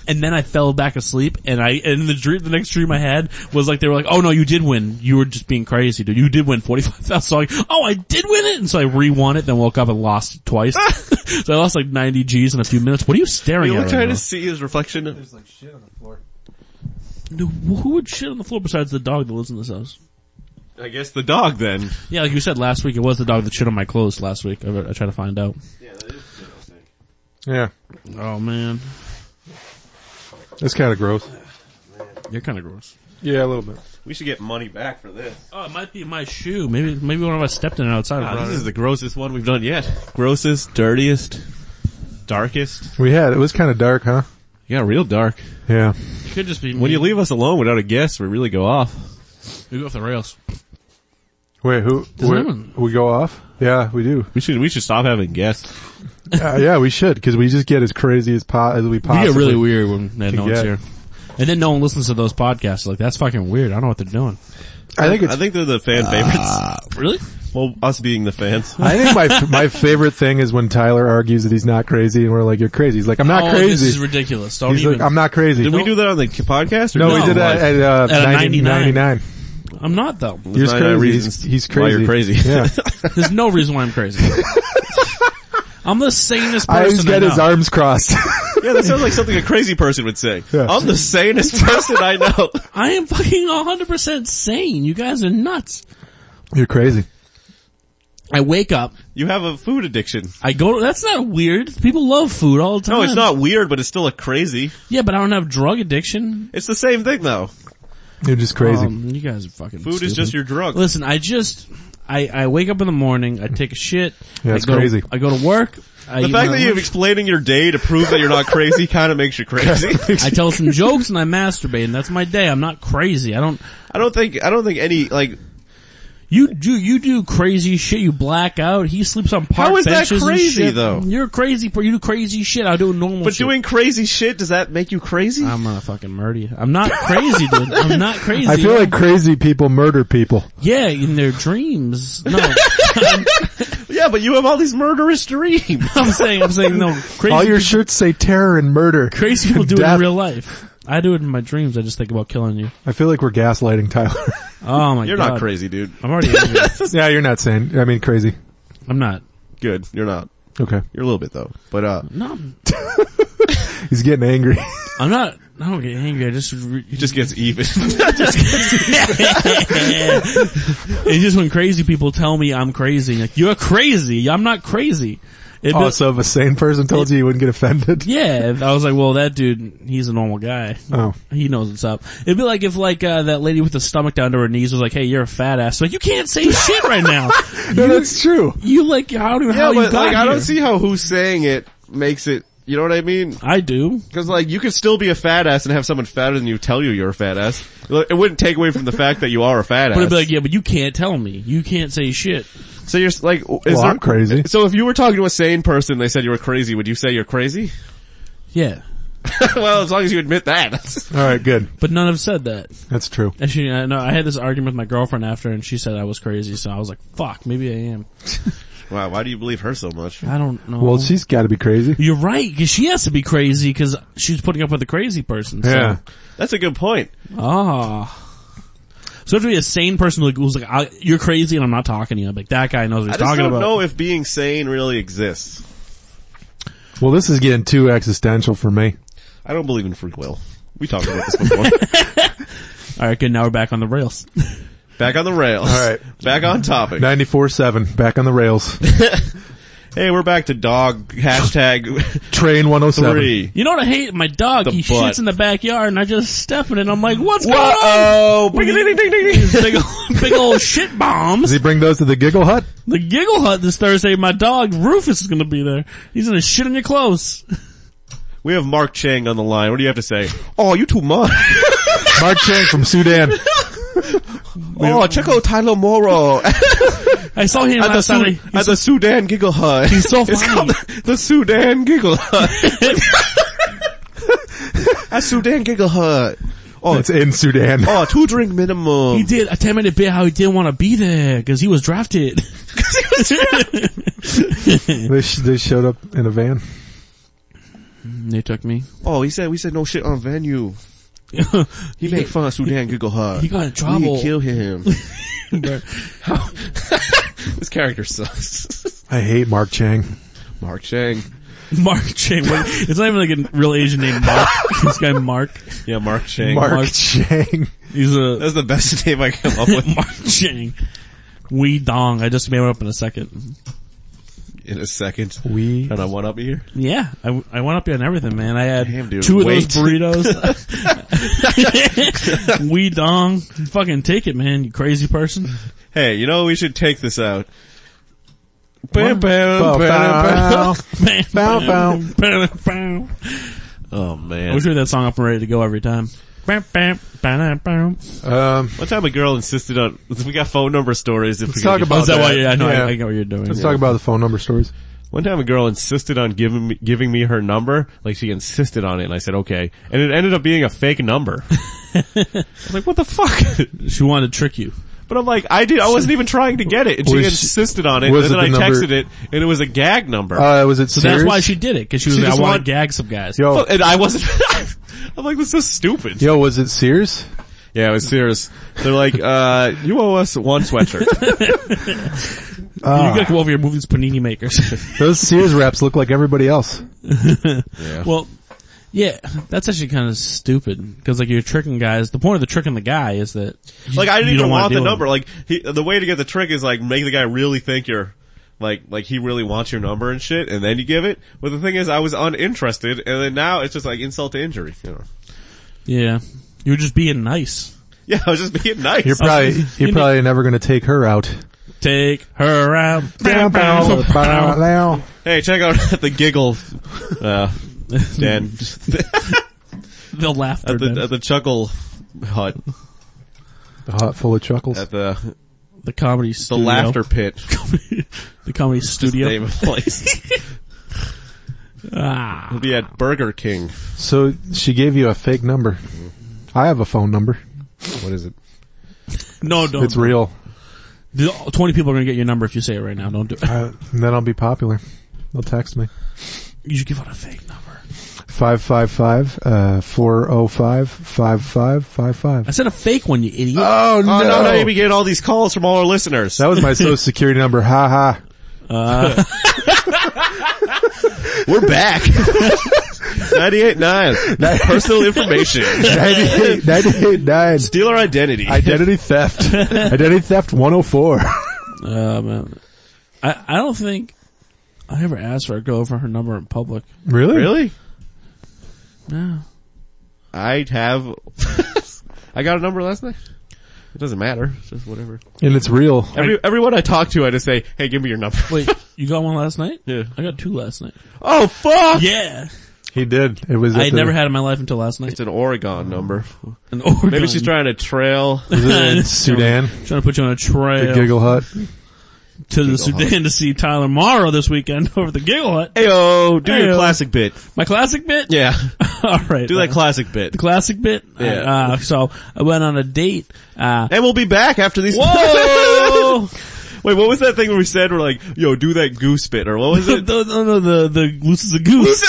[SPEAKER 3] and then I fell back asleep and I, and the dream, the next dream I had was like, they were like, oh no, you did win. You were just being crazy, dude. You did win 45,000. So I, like, oh, I did win it. And so I re-won it, then woke up and lost it twice. so I lost like 90 G's in a few minutes. What are you staring
[SPEAKER 2] You
[SPEAKER 3] at?
[SPEAKER 2] were
[SPEAKER 3] right
[SPEAKER 2] trying
[SPEAKER 3] now?
[SPEAKER 2] to see his reflection.
[SPEAKER 1] There's like shit on the floor.
[SPEAKER 3] Dude, Who would shit on the floor besides the dog that lives in this house?
[SPEAKER 2] I guess the dog then.
[SPEAKER 3] Yeah, like you said last week, it was the dog that shit on my clothes last week. I, I tried to find out.
[SPEAKER 1] Yeah.
[SPEAKER 3] Oh man,
[SPEAKER 1] That's kind of gross.
[SPEAKER 3] you're kind of gross.
[SPEAKER 1] Yeah, a little bit.
[SPEAKER 2] We should get money back for this.
[SPEAKER 3] Oh, it might be my shoe. Maybe maybe one of us stepped in it outside. and brought
[SPEAKER 2] Ah, this
[SPEAKER 3] it.
[SPEAKER 2] is the grossest one we've done yet. Grossest, dirtiest, darkest.
[SPEAKER 1] We had, it was kind of dark, huh?
[SPEAKER 2] Yeah, real dark.
[SPEAKER 1] Yeah.
[SPEAKER 3] It could just be me.
[SPEAKER 2] When you leave us alone without a guest, we really go off.
[SPEAKER 3] We go off the rails.
[SPEAKER 1] Wait, who,
[SPEAKER 3] Does
[SPEAKER 1] we-
[SPEAKER 3] anyone-
[SPEAKER 1] we go off? Yeah, we do.
[SPEAKER 2] We should we should stop having guests.
[SPEAKER 1] Uh, yeah, we should, cause we just get as crazy as po- as we
[SPEAKER 3] We
[SPEAKER 1] possibly.
[SPEAKER 3] get really weird when that no one's
[SPEAKER 1] get-
[SPEAKER 3] here, and then no one listens to those podcasts. Like that's fucking weird. I don't know what they're doing.
[SPEAKER 1] I think it's,
[SPEAKER 2] I think they're the fan favorites.
[SPEAKER 3] Really?
[SPEAKER 2] Well, us being the fans.
[SPEAKER 1] I think my, my favorite thing is when Tyler argues that he's not crazy and we're like, you're crazy. He's like, I'm not
[SPEAKER 3] oh, This is
[SPEAKER 1] crazy.
[SPEAKER 3] ridiculous. Don't
[SPEAKER 1] He's
[SPEAKER 3] even.
[SPEAKER 1] like, I'm not crazy.
[SPEAKER 2] Did we do that on the k- podcast? Or
[SPEAKER 1] no, we
[SPEAKER 3] No,
[SPEAKER 1] did that
[SPEAKER 2] live?
[SPEAKER 1] at, uh,
[SPEAKER 3] At a
[SPEAKER 1] 90
[SPEAKER 3] 99.
[SPEAKER 1] 99.
[SPEAKER 3] I'm not though.
[SPEAKER 1] He's
[SPEAKER 2] 99
[SPEAKER 1] crazy.
[SPEAKER 2] reasons
[SPEAKER 1] He's, he's
[SPEAKER 2] why
[SPEAKER 1] crazy.
[SPEAKER 2] you're crazy.
[SPEAKER 1] Yeah.
[SPEAKER 3] There's no reason why I'm crazy. I'm the sanest person.
[SPEAKER 1] I always get
[SPEAKER 3] know.
[SPEAKER 1] his arms crossed.
[SPEAKER 2] Yeah, that sounds like something a crazy person would say.
[SPEAKER 1] Yeah.
[SPEAKER 2] I'm the sanest person I know.
[SPEAKER 3] I am fucking 100% sane. You guys are nuts.
[SPEAKER 1] you're crazy.
[SPEAKER 3] I wake up.
[SPEAKER 2] You have a food addiction.
[SPEAKER 3] I go. That's not weird. People love food all the time.
[SPEAKER 2] No, it's not weird, but it's still a crazy.
[SPEAKER 3] Yeah, but I don't have drug addiction.
[SPEAKER 2] It's the same thing though.
[SPEAKER 1] You're just crazy.
[SPEAKER 3] Um, you guys are fucking.
[SPEAKER 2] Food is
[SPEAKER 3] stupid.
[SPEAKER 2] just your drug.
[SPEAKER 3] Listen, I just. I, I wake up in the morning. I take a shit.
[SPEAKER 1] Yeah,
[SPEAKER 3] I
[SPEAKER 1] it's
[SPEAKER 3] go
[SPEAKER 1] crazy.
[SPEAKER 3] To, I go to work. I
[SPEAKER 2] The
[SPEAKER 3] eat
[SPEAKER 2] fact
[SPEAKER 3] my
[SPEAKER 2] that you're
[SPEAKER 3] lunch,
[SPEAKER 2] explaining your day to prove that you're not crazy kind of makes you crazy.
[SPEAKER 3] I tell some jokes and I masturbate, and that's my day. I'm not crazy. I don't.
[SPEAKER 2] I don't think I don't think any like
[SPEAKER 3] You do you do crazy shit. You black out. He sleeps on park
[SPEAKER 2] is that
[SPEAKER 3] benches and
[SPEAKER 2] crazy,
[SPEAKER 3] shit.
[SPEAKER 2] though?
[SPEAKER 3] You're a crazy. per- You do crazy shit. I do normal.
[SPEAKER 2] but
[SPEAKER 3] shit.
[SPEAKER 2] doing crazy shit does that make you crazy?
[SPEAKER 3] I'm gonna fucking murder you. I'm not crazy, dude. I'm not crazy.
[SPEAKER 1] I feel like crazy people murder people.
[SPEAKER 3] yeah, in their dreams. No,
[SPEAKER 2] yeah, but you have all these murderous dreams.
[SPEAKER 3] I'm saying, I'm saying no. Crazy,
[SPEAKER 1] All your shirts say terror and murder.
[SPEAKER 3] crazy people do it in
[SPEAKER 1] Death.
[SPEAKER 3] real life. I do it in my dreams. I just think about killing you.
[SPEAKER 1] I feel like we're gaslighting Tyler.
[SPEAKER 3] Oh my god,
[SPEAKER 2] You're not crazy, dude.
[SPEAKER 3] I'm already. angry.
[SPEAKER 1] yeah, you're not saying. I mean, crazy.
[SPEAKER 3] I'm not.
[SPEAKER 2] Good. You're not.
[SPEAKER 1] Okay,
[SPEAKER 2] You're a little bit though. But uh
[SPEAKER 3] No, I'm,
[SPEAKER 1] he's getting angry.
[SPEAKER 3] I'm not. I don't get angry. I just. Re-
[SPEAKER 2] he just gets even.
[SPEAKER 3] it's just when crazy people tell me I'm crazy. Like you're crazy. I'm not crazy. It
[SPEAKER 1] Oh,
[SPEAKER 3] was,
[SPEAKER 1] so if a sane person told you, you wouldn't get offended.
[SPEAKER 3] yeah, I was like, well, that dude, he's a normal guy.
[SPEAKER 1] Oh,
[SPEAKER 3] He knows what's up. It'd be like if like uh, that lady with the stomach down to her knees was like, "Hey, you're a fat ass." Like you can't say shit right now.
[SPEAKER 1] no, that's true.
[SPEAKER 3] You like how do
[SPEAKER 2] yeah,
[SPEAKER 3] how you
[SPEAKER 2] but
[SPEAKER 3] got
[SPEAKER 2] like I
[SPEAKER 3] here?
[SPEAKER 2] don't see how who's saying it makes it. You know what I mean?
[SPEAKER 3] I do.
[SPEAKER 2] Because like you could still be a fat ass and have someone fatter than you tell you you're a fat ass. Like, It wouldn't take away from the fact that you are a fat
[SPEAKER 3] But
[SPEAKER 2] ass.
[SPEAKER 3] it'd be like, yeah, but you can't tell me. You can't say shit.
[SPEAKER 2] so you're s- like, is
[SPEAKER 1] Well,
[SPEAKER 2] there-
[SPEAKER 1] I'm crazy.
[SPEAKER 2] So if you were talking to a sane person, they said you were crazy. Would you say you're crazy?
[SPEAKER 3] Yeah.
[SPEAKER 2] well, as long as you admit that.
[SPEAKER 1] All right, good.
[SPEAKER 3] But none have said that.
[SPEAKER 1] That's true.
[SPEAKER 3] And she, I know, I had this argument with my girlfriend after and she said I was crazy, so I was like, fuck, maybe I am.
[SPEAKER 2] wow, why do you believe her so much?
[SPEAKER 3] I don't know.
[SPEAKER 1] Well, she's got to be crazy.
[SPEAKER 3] You're right, cause she has to be crazy cause she's putting up with the crazy person. So.
[SPEAKER 1] Yeah,
[SPEAKER 2] That's a good point.
[SPEAKER 3] Ah. So it would be a sane person who- who's like, I, you're crazy and I'm not talking to you. I'm like, that guy knows what
[SPEAKER 2] I
[SPEAKER 3] he's
[SPEAKER 2] just
[SPEAKER 3] talking
[SPEAKER 2] don't
[SPEAKER 3] about.
[SPEAKER 2] know if being sane really exists.
[SPEAKER 1] Well, this is getting too existential for me.
[SPEAKER 2] I don't believe in free will. We talked about this before.
[SPEAKER 3] All right, good. Now we're back on the rails.
[SPEAKER 2] Back on the rails.
[SPEAKER 1] All right.
[SPEAKER 2] Back on topic.
[SPEAKER 1] 94-7, back on the rails.
[SPEAKER 2] Hey, we're back to dog hashtag
[SPEAKER 1] Train 107.
[SPEAKER 2] three.
[SPEAKER 3] You know what I hate? My dog.
[SPEAKER 2] The
[SPEAKER 3] he
[SPEAKER 2] butt.
[SPEAKER 3] shits in the backyard, and I just step in it. And I'm like, what's
[SPEAKER 2] Whoa!
[SPEAKER 3] going on? These big, old- big old shit bombs.
[SPEAKER 1] Does he bring those to the giggle hut?
[SPEAKER 3] The giggle hut this Thursday. My dog Rufus is gonna be there. He's gonna shit on your clothes.
[SPEAKER 2] We have Mark Chang on the line. What do you have to say? Oh, you too much.
[SPEAKER 1] Mark Chang from Sudan.
[SPEAKER 2] oh, check out Tyler Morrow at
[SPEAKER 3] I saw him
[SPEAKER 2] the,
[SPEAKER 3] last
[SPEAKER 2] Su-
[SPEAKER 3] Saturday.
[SPEAKER 2] at the Sudan Giggle Hut.
[SPEAKER 3] He's so
[SPEAKER 2] It's
[SPEAKER 3] funny.
[SPEAKER 2] called the, the Sudan Giggle Hut. at Sudan Giggle Hut. Oh,
[SPEAKER 1] It's in Sudan.
[SPEAKER 2] oh, two drink
[SPEAKER 3] He
[SPEAKER 2] minimum.
[SPEAKER 3] did a 10 minute bit how he didn't want to be there because he was drafted.
[SPEAKER 1] They sh- they showed up in a van.
[SPEAKER 3] they took me.
[SPEAKER 2] Oh, he said we said no shit on venue. He made fun of Sudan Google hard.
[SPEAKER 3] he got in
[SPEAKER 2] We need
[SPEAKER 3] trouble.
[SPEAKER 2] to kill him. How- this character sucks.
[SPEAKER 1] I hate Mark Chang.
[SPEAKER 2] Mark Chang.
[SPEAKER 3] Mark Chang. What- It's not even like a real Asian name, Mark. this guy Mark.
[SPEAKER 2] Yeah, Mark Chang.
[SPEAKER 1] Mark,
[SPEAKER 3] Mark-
[SPEAKER 1] Chang.
[SPEAKER 3] He's a
[SPEAKER 2] That's the best name I come up with
[SPEAKER 3] Mark Chang. Wee Dong. I just made it up in a second.
[SPEAKER 2] in a second.
[SPEAKER 1] We
[SPEAKER 2] Trying to one up here.
[SPEAKER 3] Yeah, I, I went up on everything, man. I had
[SPEAKER 2] Damn, dude,
[SPEAKER 3] two of
[SPEAKER 2] wait.
[SPEAKER 3] those burritos. Wee Dong. Fucking take it, man. You crazy person.
[SPEAKER 2] Hey, you know we should take this out. Bam, bam,
[SPEAKER 1] bow,
[SPEAKER 2] bam, bam.
[SPEAKER 1] bow,
[SPEAKER 3] Man.
[SPEAKER 1] bow, bow.
[SPEAKER 3] Bam, bam.
[SPEAKER 2] Oh man.
[SPEAKER 3] I wish we had that song up and ready to go every time. Bam, bam, bam, bam.
[SPEAKER 1] Um,
[SPEAKER 2] One time a girl insisted on, we got phone number stories. If
[SPEAKER 1] Let's
[SPEAKER 2] we
[SPEAKER 1] talk
[SPEAKER 2] could-
[SPEAKER 1] about-
[SPEAKER 3] Is that why? Yeah, I know.
[SPEAKER 1] Yeah.
[SPEAKER 3] I, I get what you're doing.
[SPEAKER 1] let's talk about the phone number stories.
[SPEAKER 2] One time a girl insisted on giving me, giving me her number. Like she insisted on it and I said okay. And it ended up being a fake number. I was like, what the fuck?
[SPEAKER 3] She wanted to trick you.
[SPEAKER 2] But I'm like, I did. I wasn't even trying to get it, and she
[SPEAKER 1] Was she-
[SPEAKER 2] insisted on it.
[SPEAKER 1] was
[SPEAKER 2] And then
[SPEAKER 1] it
[SPEAKER 2] I
[SPEAKER 1] the number-
[SPEAKER 2] texted it, and it was a gag number.
[SPEAKER 1] Uh, was it so
[SPEAKER 3] That's why she did it, cause she was
[SPEAKER 2] She
[SPEAKER 3] like, I
[SPEAKER 2] just
[SPEAKER 3] want
[SPEAKER 2] want-
[SPEAKER 3] to gag some guys.
[SPEAKER 1] Yo.
[SPEAKER 2] and I wasn't. I'm like, this is stupid.
[SPEAKER 1] Yo, was it Sears?
[SPEAKER 2] Yeah, it was serious. They're like, uh, you owe us one sweatshirt.
[SPEAKER 3] You
[SPEAKER 1] ah.
[SPEAKER 3] gotta go over your movies panini makers.
[SPEAKER 1] Those Sears wraps look like everybody else.
[SPEAKER 3] well, yeah, that's actually kind of stupid, cause like you're tricking guys. The point of the tricking the guy is that you-
[SPEAKER 2] like, I
[SPEAKER 3] you
[SPEAKER 2] didn't
[SPEAKER 3] don't
[SPEAKER 2] even
[SPEAKER 3] wanna
[SPEAKER 2] want the
[SPEAKER 3] deal with
[SPEAKER 2] number. Like, he, the way to get the trick is like make the guy really think you're. Like, like he really wants your number and shit, and then you give it. But the thing is, I was uninterested, and then now it's just like insult to injury. You know?
[SPEAKER 3] it. Yeah, you were just being nice.
[SPEAKER 2] Yeah, I was just being nice.
[SPEAKER 1] You're probably you're
[SPEAKER 3] Oh, You
[SPEAKER 1] probably never gonna take her out.
[SPEAKER 3] Take her out.
[SPEAKER 1] Bow, bow, bow, bow.
[SPEAKER 2] hey, check out the giggle, uh, Dan.
[SPEAKER 3] The laughter.
[SPEAKER 2] at the,
[SPEAKER 3] the,
[SPEAKER 2] at the chuckle hut
[SPEAKER 1] The hut full of chuckles.
[SPEAKER 2] at the
[SPEAKER 3] the comedy
[SPEAKER 2] the
[SPEAKER 3] studio.
[SPEAKER 2] laughter pit
[SPEAKER 3] the comedy
[SPEAKER 2] name
[SPEAKER 3] studio.
[SPEAKER 2] of the place.
[SPEAKER 3] Ah.
[SPEAKER 2] It'll be at Burger King.
[SPEAKER 1] So she gave you a fake number. I have a phone number.
[SPEAKER 2] What is it?
[SPEAKER 3] No, don't.
[SPEAKER 1] It's real.
[SPEAKER 3] The- 20 people are gonna get your number if you say it right now. Don't do it.
[SPEAKER 1] Uh, and then I'll be popular. They'll text me.
[SPEAKER 3] You should give out a fake number.
[SPEAKER 1] 555, uh, 405, 5555.
[SPEAKER 3] I said a fake one, you idiot.
[SPEAKER 1] Oh
[SPEAKER 2] Oh no, now you be getting all these calls from all our listeners.
[SPEAKER 1] That was my social security number. Ha ha.
[SPEAKER 2] We're back. 98.9. Personal information.
[SPEAKER 1] 98, 98, 9.
[SPEAKER 2] Steal our identity.
[SPEAKER 1] Identity theft. Identity theft 104.
[SPEAKER 3] Uh, man. I, I don't think I ever asked her to go over her number in public.
[SPEAKER 1] Really?
[SPEAKER 2] really?
[SPEAKER 3] No.
[SPEAKER 2] I have, I got a number last night. It doesn't matter. It's just whatever.
[SPEAKER 1] And it's real.
[SPEAKER 2] Every, everyone I talk to, I just say, hey, give me your number.
[SPEAKER 3] Wait, you got one last night?
[SPEAKER 2] Yeah.
[SPEAKER 3] I got two last night.
[SPEAKER 2] Oh fuck!
[SPEAKER 3] Yeah.
[SPEAKER 1] He did. It was
[SPEAKER 3] I
[SPEAKER 1] at
[SPEAKER 3] had
[SPEAKER 1] the-
[SPEAKER 3] never had in my life until last night.
[SPEAKER 2] It's an Oregon number.
[SPEAKER 3] An Oregon.
[SPEAKER 2] Maybe she's trying to trail.
[SPEAKER 1] it was in Sudan.
[SPEAKER 3] Trying to put you on a
[SPEAKER 1] The
[SPEAKER 3] trail
[SPEAKER 1] Giggle Hut.
[SPEAKER 3] to the Sudan to see Tyler Morrow this weekend over at the Giggle Hut.
[SPEAKER 2] Ayo, do your
[SPEAKER 3] Ayo.
[SPEAKER 2] classic bit.
[SPEAKER 3] My classic bit?
[SPEAKER 2] Yeah.
[SPEAKER 3] Alright.
[SPEAKER 2] Do that classic bit.
[SPEAKER 3] The classic bit?
[SPEAKER 2] Yeah.
[SPEAKER 3] Uh, so I went on a date. Uh,
[SPEAKER 2] And we'll be back after these.
[SPEAKER 3] Whoa!
[SPEAKER 2] Wait, what was that thing where we said we're like, yo, do that goose bit or what was
[SPEAKER 3] the,
[SPEAKER 2] it?
[SPEAKER 3] the, no, the, the loose is a goose.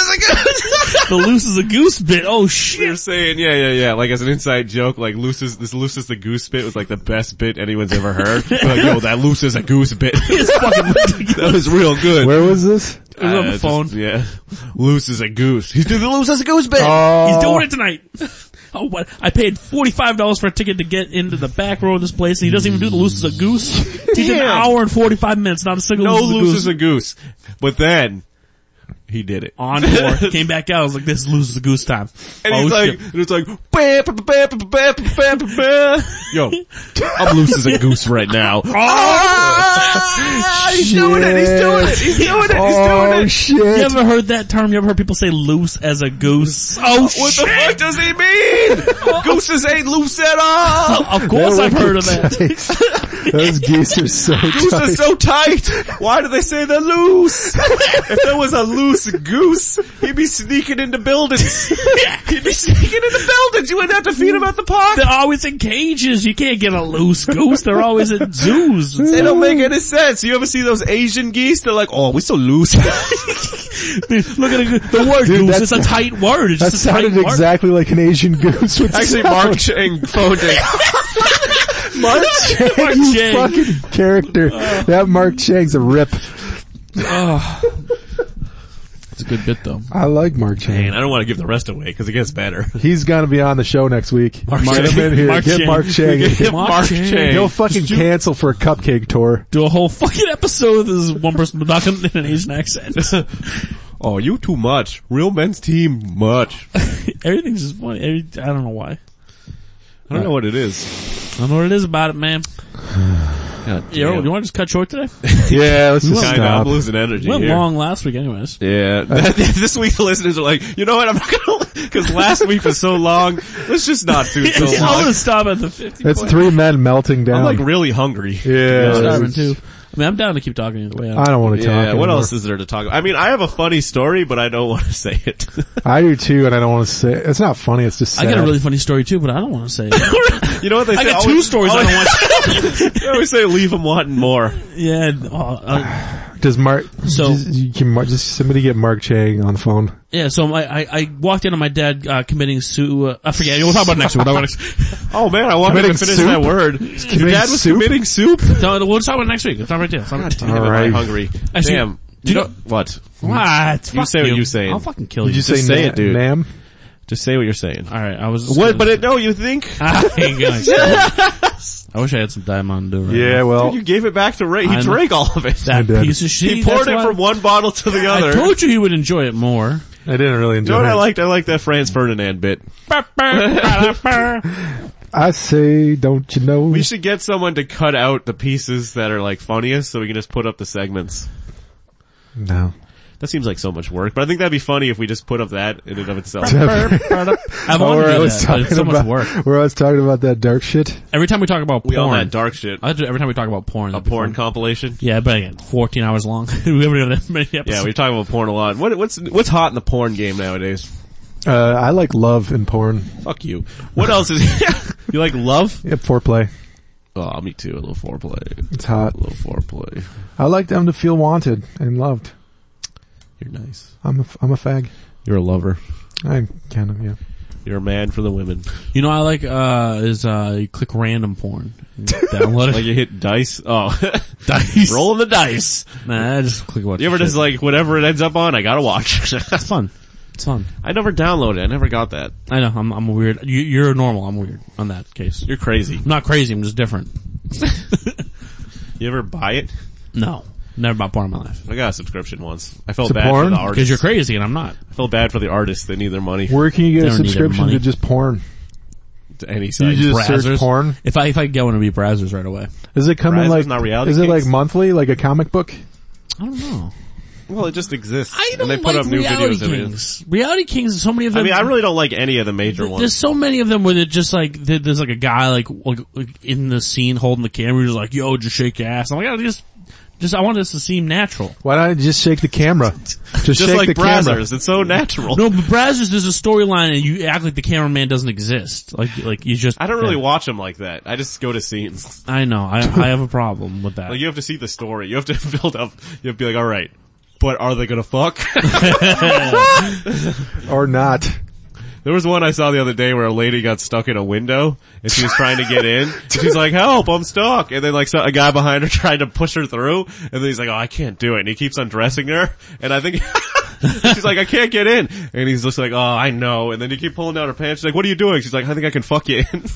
[SPEAKER 3] the loose is a goose bit. Oh
[SPEAKER 2] we were
[SPEAKER 3] shit.
[SPEAKER 2] saying, yeah, yeah, yeah, like as an inside joke, like Luce's, this Luce's the goose bit was like the best bit anyone's ever heard. We're like, yo, that Luce is a goose bit.
[SPEAKER 3] It's fucking ridiculous.
[SPEAKER 2] that was real good.
[SPEAKER 1] Where was this?
[SPEAKER 3] It was on
[SPEAKER 2] Uh,
[SPEAKER 3] the
[SPEAKER 2] just-
[SPEAKER 3] phone.
[SPEAKER 2] yeah. Luce is a goose. He's doing the Luce is a goose bit.
[SPEAKER 1] Oh.
[SPEAKER 3] He's doing it tonight. Oh, what? I paid forty-five dollars for a ticket to get into the back row of this place, and he doesn't even do the loose as a goose. He did an
[SPEAKER 2] Damn.
[SPEAKER 3] hour and forty-five minutes, not a single
[SPEAKER 2] no
[SPEAKER 3] loose as a
[SPEAKER 2] Luce is
[SPEAKER 3] goose.
[SPEAKER 2] a goose. But then, he did it.
[SPEAKER 3] On board, came back out. I was like, "This is loose as a goose time."
[SPEAKER 2] And
[SPEAKER 3] oh
[SPEAKER 2] he's like,
[SPEAKER 3] shit!
[SPEAKER 2] and it's like, bah, bah, bah, bah, bah, bah, bah, bah. yo, I'm loose as a goose right now. Ah, he's doing it, he's doing it, he's doing it, he's doing
[SPEAKER 1] Oh
[SPEAKER 2] it.
[SPEAKER 1] shit.
[SPEAKER 3] You ever heard that term? You ever heard people say "loose as a goose"? Oh
[SPEAKER 2] What the
[SPEAKER 3] shit!
[SPEAKER 2] fuck does he mean? Gooses ain't loose at all.
[SPEAKER 3] Of course, I've heard of that.
[SPEAKER 1] Those geese are so
[SPEAKER 2] Goose are
[SPEAKER 1] tight.
[SPEAKER 2] so tight. Why do they say they're loose? if there was a loose goose, he'd be sneaking into buildings. he'd be sneaking into buildings. You wouldn't have to feed him at the park.
[SPEAKER 3] They're always in cages. You can't get a loose goose. They're always in zoos.
[SPEAKER 2] They don't make any sense. You ever see those Asian geese? They're like, oh, we're so loose.
[SPEAKER 3] Look at it, the word
[SPEAKER 1] Dude,
[SPEAKER 3] goose.
[SPEAKER 1] that-
[SPEAKER 3] It's a tight word. It's
[SPEAKER 1] That
[SPEAKER 3] just a tight
[SPEAKER 1] sounded
[SPEAKER 3] word.
[SPEAKER 1] exactly like an Asian goose. With
[SPEAKER 2] Actually,
[SPEAKER 1] sound.
[SPEAKER 2] Mark Chang phoned it.
[SPEAKER 1] Mark Chang,
[SPEAKER 3] Mark
[SPEAKER 1] you
[SPEAKER 3] Chang.
[SPEAKER 1] fucking character. That Mark Chang's a rip.
[SPEAKER 3] It's a good bit though.
[SPEAKER 1] I like Mark
[SPEAKER 2] And
[SPEAKER 1] Chang.
[SPEAKER 2] I don't want to give the rest away because it gets better.
[SPEAKER 1] He's gonna be on the show next week.
[SPEAKER 3] Mark
[SPEAKER 1] Get him
[SPEAKER 3] Chang.
[SPEAKER 1] in here.
[SPEAKER 3] Mark
[SPEAKER 1] Get
[SPEAKER 3] Chang.
[SPEAKER 1] Mark Chang. in here.
[SPEAKER 3] Mark Chang.
[SPEAKER 1] He'll fucking cancel for a cupcake tour.
[SPEAKER 3] Do a whole fucking episode with this one person talking in an Asian accent.
[SPEAKER 2] Oh, you too much. Real men's team much. I
[SPEAKER 3] Everything's just funny. Every, I don't know why.
[SPEAKER 2] don't know what it is.
[SPEAKER 3] I don't know what it is about it, man. Yo, you want to just cut short today?
[SPEAKER 1] Yeah, let's just
[SPEAKER 2] Kinda, I'm
[SPEAKER 1] stop.
[SPEAKER 2] losing energy
[SPEAKER 3] Went
[SPEAKER 2] here.
[SPEAKER 3] long last week, anyways.
[SPEAKER 2] Yeah. this week the listeners are like, you know what, I'm not gonna, cause last week was so long, let's just not do so
[SPEAKER 3] I'm
[SPEAKER 2] long.
[SPEAKER 3] gonna stop at the 50.
[SPEAKER 1] It's
[SPEAKER 3] point.
[SPEAKER 1] three men melting down.
[SPEAKER 2] I'm like really hungry.
[SPEAKER 1] yeah,
[SPEAKER 3] I'm starving
[SPEAKER 1] it's-
[SPEAKER 3] too. I mean, I'm down to keep talking either way.
[SPEAKER 1] I don't want to talk.
[SPEAKER 2] Yeah,
[SPEAKER 1] anymore.
[SPEAKER 2] what else is there to talk about? I mean, I have a funny story, but I don't want to say it.
[SPEAKER 1] I do too, and I don't want to say. It's not funny. It's just.
[SPEAKER 3] I
[SPEAKER 1] Sad.
[SPEAKER 3] got a really funny story too, but I don't want to say. it.
[SPEAKER 2] you know what they say?
[SPEAKER 3] I got two
[SPEAKER 2] always,
[SPEAKER 3] stories I
[SPEAKER 2] always,
[SPEAKER 3] don't want. to
[SPEAKER 2] I always say leave them wanting more.
[SPEAKER 3] Yeah. oh, uh,
[SPEAKER 1] Does Mark?
[SPEAKER 3] So-
[SPEAKER 1] does- you can Mark, just somebody get Mark Chang on the phone.
[SPEAKER 3] yeah. So my, I, I walked in on my dad uh, committing su. Uh, I forget. We'll talk about it next week. We'll talk about it next.
[SPEAKER 2] Oh man, I wanted to
[SPEAKER 1] Committing
[SPEAKER 2] finish
[SPEAKER 1] soup?
[SPEAKER 2] that word. Your
[SPEAKER 1] committing
[SPEAKER 2] dad was
[SPEAKER 1] soup?
[SPEAKER 2] committing soup?
[SPEAKER 3] No, We'll talk about it next week. It's not right there. It's not right there.
[SPEAKER 2] Damn, am I
[SPEAKER 1] right.
[SPEAKER 2] hungry.
[SPEAKER 3] Actually,
[SPEAKER 2] Damn.
[SPEAKER 3] do
[SPEAKER 2] You
[SPEAKER 3] you
[SPEAKER 2] know, what?
[SPEAKER 3] What?
[SPEAKER 2] You
[SPEAKER 3] Fuck
[SPEAKER 2] say what you saying.
[SPEAKER 3] I'll fucking kill you.
[SPEAKER 1] Did you
[SPEAKER 2] Just
[SPEAKER 1] say,
[SPEAKER 2] say
[SPEAKER 1] na-
[SPEAKER 2] it, dude.
[SPEAKER 1] Nam?
[SPEAKER 2] Just say what you're saying.
[SPEAKER 3] All right. I was. just
[SPEAKER 2] What?
[SPEAKER 3] gonna-
[SPEAKER 2] But it, no, you think?
[SPEAKER 3] I ain't gonna say it. I wish I had some diamond do right
[SPEAKER 1] Yeah,
[SPEAKER 3] now.
[SPEAKER 1] well,
[SPEAKER 2] Dude, you gave it back to Ray. He
[SPEAKER 3] I'm-
[SPEAKER 2] drank all of it.
[SPEAKER 1] I
[SPEAKER 3] That
[SPEAKER 1] did.
[SPEAKER 3] piece of shit.
[SPEAKER 2] He poured
[SPEAKER 3] that's
[SPEAKER 2] it
[SPEAKER 3] why-
[SPEAKER 2] from one bottle to the
[SPEAKER 3] I
[SPEAKER 2] other.
[SPEAKER 3] told you he would enjoy it more.
[SPEAKER 1] I didn't really enjoy
[SPEAKER 2] you know what
[SPEAKER 1] it.
[SPEAKER 2] I liked? I liked that Franz Ferdinand bit.
[SPEAKER 1] I say, don't you know?
[SPEAKER 2] We should get someone to cut out the pieces that are like funniest so we can just put up the segments.
[SPEAKER 1] no.
[SPEAKER 2] That seems like so much work, but I think that'd be funny if we just put up that in and of itself.
[SPEAKER 3] I
[SPEAKER 1] Oh,
[SPEAKER 3] want
[SPEAKER 1] where
[SPEAKER 3] to
[SPEAKER 1] I
[SPEAKER 3] do
[SPEAKER 1] was
[SPEAKER 3] that, but
[SPEAKER 1] talking
[SPEAKER 3] it's so much
[SPEAKER 1] about
[SPEAKER 3] work.
[SPEAKER 1] where I was talking about that dark shit.
[SPEAKER 3] Every time we talk about
[SPEAKER 2] we all
[SPEAKER 3] porn,
[SPEAKER 2] that dark shit.
[SPEAKER 3] I do it every time we talk about porn.
[SPEAKER 2] A porn compilation.
[SPEAKER 3] Yeah, but again, 14 hours long. we haven't done that many episodes.
[SPEAKER 2] Yeah, we're talking about porn a lot. What, what's what's hot in the porn game nowadays?
[SPEAKER 1] Uh, I like love and porn.
[SPEAKER 2] Fuck you. What else is you like? Love?
[SPEAKER 1] Yeah, foreplay.
[SPEAKER 2] Oh, me too. A little foreplay.
[SPEAKER 1] It's hot.
[SPEAKER 2] A little foreplay.
[SPEAKER 1] I like them to feel wanted and loved.
[SPEAKER 2] You're nice.
[SPEAKER 1] I'm a, I'm a fag.
[SPEAKER 2] You're a lover.
[SPEAKER 1] I kind of, yeah.
[SPEAKER 2] You're a man for the women.
[SPEAKER 3] You know, I like, uh, is, uh, you click random porn. Download
[SPEAKER 2] Like
[SPEAKER 3] it.
[SPEAKER 2] you hit dice. Oh,
[SPEAKER 3] dice.
[SPEAKER 2] rolling the dice.
[SPEAKER 3] Nah, I just click watch.
[SPEAKER 2] You ever
[SPEAKER 3] shit.
[SPEAKER 2] just like whatever it ends up on, I gotta watch.
[SPEAKER 3] It's fun. It's fun.
[SPEAKER 2] I never downloaded. it. I never got that.
[SPEAKER 3] I know, I'm, I'm weird. You, you're normal, I'm weird on that case.
[SPEAKER 2] You're crazy.
[SPEAKER 3] I'm not crazy, I'm just different.
[SPEAKER 2] You ever buy it?
[SPEAKER 3] No. Never bought porn in my life.
[SPEAKER 2] I got a subscription once. I felt
[SPEAKER 1] To
[SPEAKER 2] bad for
[SPEAKER 1] porn?
[SPEAKER 2] the
[SPEAKER 3] 'Cause
[SPEAKER 2] artist.
[SPEAKER 3] you're crazy and I'm not.
[SPEAKER 2] I felt bad for the artists. They need their money
[SPEAKER 1] Where can you get
[SPEAKER 3] They
[SPEAKER 1] a
[SPEAKER 3] don't need their
[SPEAKER 1] subscription
[SPEAKER 3] money.
[SPEAKER 1] to just porn?
[SPEAKER 2] to any
[SPEAKER 1] Do
[SPEAKER 2] site.
[SPEAKER 1] you just
[SPEAKER 3] Brazzers?
[SPEAKER 1] search porn?
[SPEAKER 3] If I, if I could get one, it'd be browsers right away.
[SPEAKER 1] Does it come
[SPEAKER 2] Brazzers,
[SPEAKER 1] in like,
[SPEAKER 2] not reality
[SPEAKER 1] is it
[SPEAKER 2] kings?
[SPEAKER 1] like monthly, like a comic book?
[SPEAKER 3] I don't know.
[SPEAKER 2] well, it just exists.
[SPEAKER 3] I don't
[SPEAKER 2] and they put up
[SPEAKER 3] like
[SPEAKER 2] new
[SPEAKER 3] Reality
[SPEAKER 2] videos of it.
[SPEAKER 3] Kings. Reality Kings, so many of
[SPEAKER 2] I
[SPEAKER 3] them.
[SPEAKER 2] mean, I really don't like any of the major
[SPEAKER 3] th- there's
[SPEAKER 2] ones.
[SPEAKER 3] so many of them where they're just like, there- there's like a guy like, like, like in the scene holding the camera, he's like, yo, just shake your ass. I'm like, I just, just, I want this to seem natural.
[SPEAKER 1] Why don't I just shake the camera? Just,
[SPEAKER 2] Just
[SPEAKER 1] shake
[SPEAKER 2] like
[SPEAKER 1] the camera.
[SPEAKER 2] Brazzers, it's so natural.
[SPEAKER 3] No, but Brazzers, there's a storyline and you act like the cameraman doesn't exist. Like, like you just.
[SPEAKER 2] I don't really
[SPEAKER 3] yeah.
[SPEAKER 2] watch them like that. I just go to scenes.
[SPEAKER 3] I know, I, I have a problem with that.
[SPEAKER 2] Like you have to see the story. You have to build up. You have to be like, all right, but are they gonna fuck?
[SPEAKER 1] Or not.
[SPEAKER 2] There was one I saw the other day where a lady got stuck in a window and she was trying to get in. And she's like, help, I'm stuck. And then like so, a guy behind her tried to push her through and then he's like, oh, I can't do it. And he keeps undressing her and I think she's like, I can't get in. And he's just like, oh, I know. And then he keep pulling down her pants. She's like, what are you doing? She's like, I think I can fuck you in.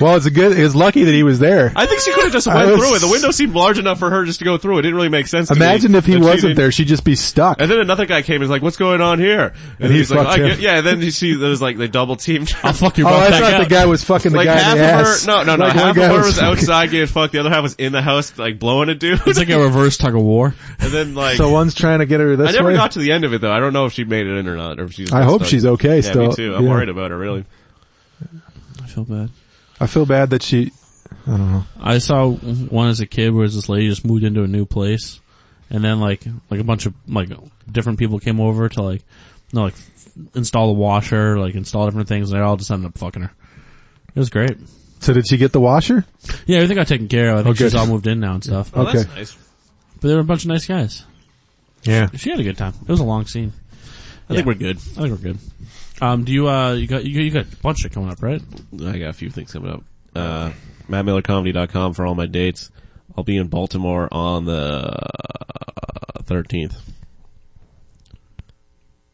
[SPEAKER 1] Well, it's a good, it's lucky that he was there.
[SPEAKER 2] I think she could have just
[SPEAKER 1] I
[SPEAKER 2] went
[SPEAKER 1] was-
[SPEAKER 2] through it. The window seemed large enough for her just to go through. It didn't really make sense to me
[SPEAKER 1] Imagine if he
[SPEAKER 2] that she
[SPEAKER 1] wasn't
[SPEAKER 2] didn't-
[SPEAKER 1] there, she'd just be stuck.
[SPEAKER 2] And then another guy came and was like, what's going on here? And,
[SPEAKER 1] he
[SPEAKER 2] he's like,
[SPEAKER 1] fucked
[SPEAKER 2] I
[SPEAKER 1] him.
[SPEAKER 2] get, yeah, and then you see there's like, they double teamed her.
[SPEAKER 3] I'll fuck your
[SPEAKER 1] Oh,
[SPEAKER 3] butt
[SPEAKER 1] I
[SPEAKER 3] back
[SPEAKER 1] thought the
[SPEAKER 3] out.
[SPEAKER 1] guy was fucking the
[SPEAKER 2] like
[SPEAKER 1] guy
[SPEAKER 2] half
[SPEAKER 1] in the
[SPEAKER 2] of
[SPEAKER 1] ass.
[SPEAKER 2] her, no, no, no,
[SPEAKER 1] Like, one
[SPEAKER 2] half of
[SPEAKER 1] guy
[SPEAKER 2] her was
[SPEAKER 1] fucking-
[SPEAKER 2] outside getting fucked, the other half was in the house, like blowing a dude.
[SPEAKER 3] It's like a reverse tug of war.
[SPEAKER 2] and then like,
[SPEAKER 1] So one's trying to get her this
[SPEAKER 2] I never
[SPEAKER 1] way.
[SPEAKER 2] got to the end of it though. I don't know if she made it in or not, or if she's.
[SPEAKER 1] I hope
[SPEAKER 2] stuck.
[SPEAKER 1] she's okay
[SPEAKER 2] Yeah,
[SPEAKER 1] still.
[SPEAKER 2] me too. I'm
[SPEAKER 1] Yeah.
[SPEAKER 2] worried about her really.
[SPEAKER 3] I feel bad.
[SPEAKER 1] I feel bad that she, I don't know.
[SPEAKER 3] I saw one as a kid where this lady just moved into a new place, and then like like a bunch of like different people came over to like, you know, like install the washer, like install different things, and they all just ended up fucking her. It was great.
[SPEAKER 1] So did she get the washer?
[SPEAKER 3] Yeah, everything got taken care of. I think
[SPEAKER 1] Okay.
[SPEAKER 3] she's all moved in now and stuff.
[SPEAKER 2] Well,
[SPEAKER 1] Okay.
[SPEAKER 2] that's nice.
[SPEAKER 3] But there were a bunch of nice guys.
[SPEAKER 1] Yeah.
[SPEAKER 3] She had a good time. It was a long scene. I think we're good. I think we're good. Um, do you uh, you got you, you got a bunch of shit coming up, right?
[SPEAKER 2] I got a few things coming up. Uh, MattMillerComedy.com for all my dates. I'll be in Baltimore on the thirteenth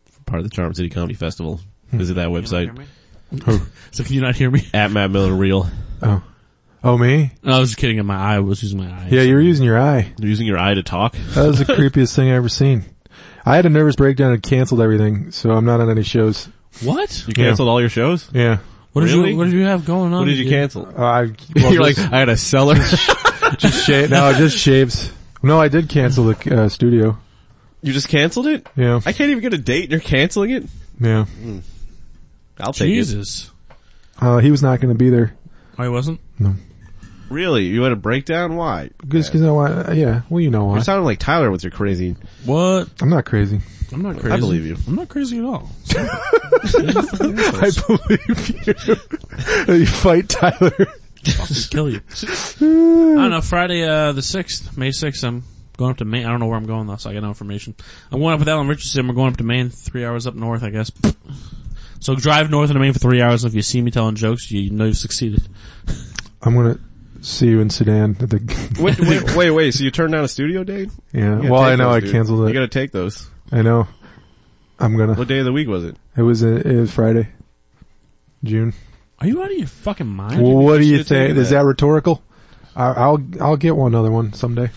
[SPEAKER 2] for part of the Charm City Comedy Festival.
[SPEAKER 1] Hmm.
[SPEAKER 2] Visit that website
[SPEAKER 3] So can you not hear me?
[SPEAKER 2] at Matt Miller Real.
[SPEAKER 1] Oh. Oh me?
[SPEAKER 3] No, I was just kidding. In my eye, I was using my eye.
[SPEAKER 1] Yeah, you were using your eye.
[SPEAKER 2] You're using your eye to talk.
[SPEAKER 1] That was the creepiest thing I ever seen. I had a nervous breakdown and canceled everything, so I'm not on any shows.
[SPEAKER 3] What?
[SPEAKER 2] You canceled all your shows.
[SPEAKER 1] Yeah.
[SPEAKER 3] What did
[SPEAKER 2] Really?
[SPEAKER 3] you What did you have going on?
[SPEAKER 2] What did you cancel?
[SPEAKER 1] Uh, I, well,
[SPEAKER 2] You're like,
[SPEAKER 1] just-
[SPEAKER 2] I had a seller.
[SPEAKER 1] just sha- no, just shaves. No, I did cancel the uh, studio.
[SPEAKER 2] you just canceled it?
[SPEAKER 1] Yeah.
[SPEAKER 2] I can't even get a date and you're canceling it?
[SPEAKER 1] Yeah.
[SPEAKER 2] I'll take
[SPEAKER 3] Jesus.
[SPEAKER 1] Uh, he was not going to be there.
[SPEAKER 3] I Oh, wasn't.
[SPEAKER 2] it. Really? You had a breakdown? Why?
[SPEAKER 1] Just cause I want, uh, yeah, well you know
[SPEAKER 2] You're
[SPEAKER 1] why.
[SPEAKER 2] sounding like Tyler with your crazy.
[SPEAKER 3] What?
[SPEAKER 1] I'm not crazy.
[SPEAKER 3] I'm not crazy.
[SPEAKER 2] believe you.
[SPEAKER 3] I'm not crazy at all.
[SPEAKER 1] I believe you. you fight Tyler.
[SPEAKER 3] I'll just kill you. I don't know. Friday, uh, the sixth, May sixth. I'm going up to Maine. I don't know where I'm going though, so I got no information. I'm going up with Alan Richardson. We're going up to Maine, three hours up north, I guess. So drive north into Maine for three hours, and if you see me telling jokes, you know you've succeeded.
[SPEAKER 1] I'm gonna see you in Sudan at the,
[SPEAKER 2] Wait, wait, wait, wait, so you turned down a studio date?
[SPEAKER 1] yeah.
[SPEAKER 2] You gotta
[SPEAKER 1] Well, I
[SPEAKER 2] take
[SPEAKER 1] know
[SPEAKER 2] those,
[SPEAKER 1] I
[SPEAKER 2] dude.
[SPEAKER 1] canceled
[SPEAKER 2] You
[SPEAKER 1] it.
[SPEAKER 2] gotta take those.
[SPEAKER 1] I know. I'm gonna,
[SPEAKER 2] What day of the week was it?
[SPEAKER 1] it was, a, it was Friday. June.
[SPEAKER 3] Are you out of your fucking mind?
[SPEAKER 1] Well, what do
[SPEAKER 2] should
[SPEAKER 1] you
[SPEAKER 2] have taken
[SPEAKER 1] think? Is
[SPEAKER 2] that.
[SPEAKER 1] that rhetorical? I, I'll, I'll get one other one someday.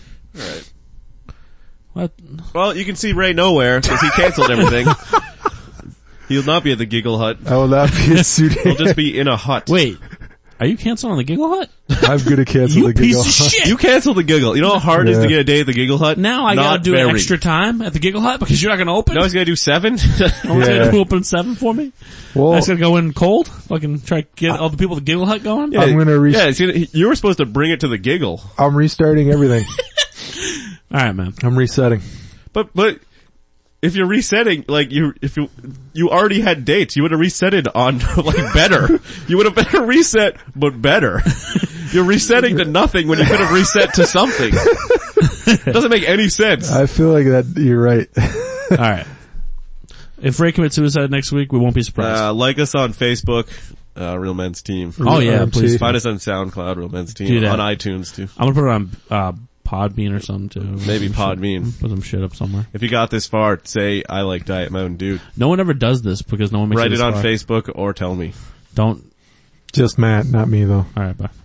[SPEAKER 3] What?
[SPEAKER 2] Well, you can see Ray nowhere because he canceled everything. He'll not be at the Giggle Hut.
[SPEAKER 1] I will not be in
[SPEAKER 2] He'll
[SPEAKER 1] Sudan.
[SPEAKER 2] just be in a hut.
[SPEAKER 3] Wait. Are you canceling the Giggle Hut?
[SPEAKER 1] I'm gonna cancel
[SPEAKER 3] You
[SPEAKER 1] the
[SPEAKER 3] piece
[SPEAKER 1] giggle.
[SPEAKER 3] of shit!
[SPEAKER 2] You canceled the Giggle. You know how hard it is to
[SPEAKER 1] Yeah.
[SPEAKER 2] get a day at the Giggle Hut?
[SPEAKER 3] now I
[SPEAKER 2] Not
[SPEAKER 3] gotta do
[SPEAKER 2] very.
[SPEAKER 3] an extra time at the Giggle Hut because you're not gonna open.
[SPEAKER 2] Now he's gonna do seven?
[SPEAKER 3] I want you
[SPEAKER 1] Yeah.
[SPEAKER 3] to open seven for me.
[SPEAKER 1] Well,
[SPEAKER 3] I just gotta go in cold. Fucking try to get all the people at the Giggle Hut going.
[SPEAKER 1] I'm gonna re-
[SPEAKER 2] yeah, it's gonna, you were supposed to bring it to the Giggle.
[SPEAKER 1] I'm restarting everything.
[SPEAKER 3] All right, man.
[SPEAKER 1] I'm resetting.
[SPEAKER 2] But but if you're resetting, like you if you you already had dates, you would have resetted on like better. you would have better reset, but better. you're resetting to nothing when you could have reset to something. Doesn't make any sense.
[SPEAKER 1] I feel like that. You're right.
[SPEAKER 3] All right. If Ray commits suicide next week, we won't be surprised.
[SPEAKER 2] Uh, like us on Facebook, uh, Real Men's Team.
[SPEAKER 3] oh yeah,
[SPEAKER 1] RMT.
[SPEAKER 3] please.
[SPEAKER 2] Find us on SoundCloud, Real Men's
[SPEAKER 3] Do
[SPEAKER 2] Team,
[SPEAKER 3] that.
[SPEAKER 2] on iTunes too.
[SPEAKER 3] I'm gonna put it on uh, Podbean or something too.
[SPEAKER 2] Maybe Podbean.
[SPEAKER 3] Put some shit up somewhere.
[SPEAKER 2] If you got this far, say I like Diet Mountain Dew.
[SPEAKER 3] No one ever does this because no one makes
[SPEAKER 2] Write
[SPEAKER 3] this
[SPEAKER 2] it on
[SPEAKER 3] far.
[SPEAKER 2] Facebook or tell me.
[SPEAKER 3] Don't.
[SPEAKER 1] Just Matt, not me though.
[SPEAKER 3] All right, bye.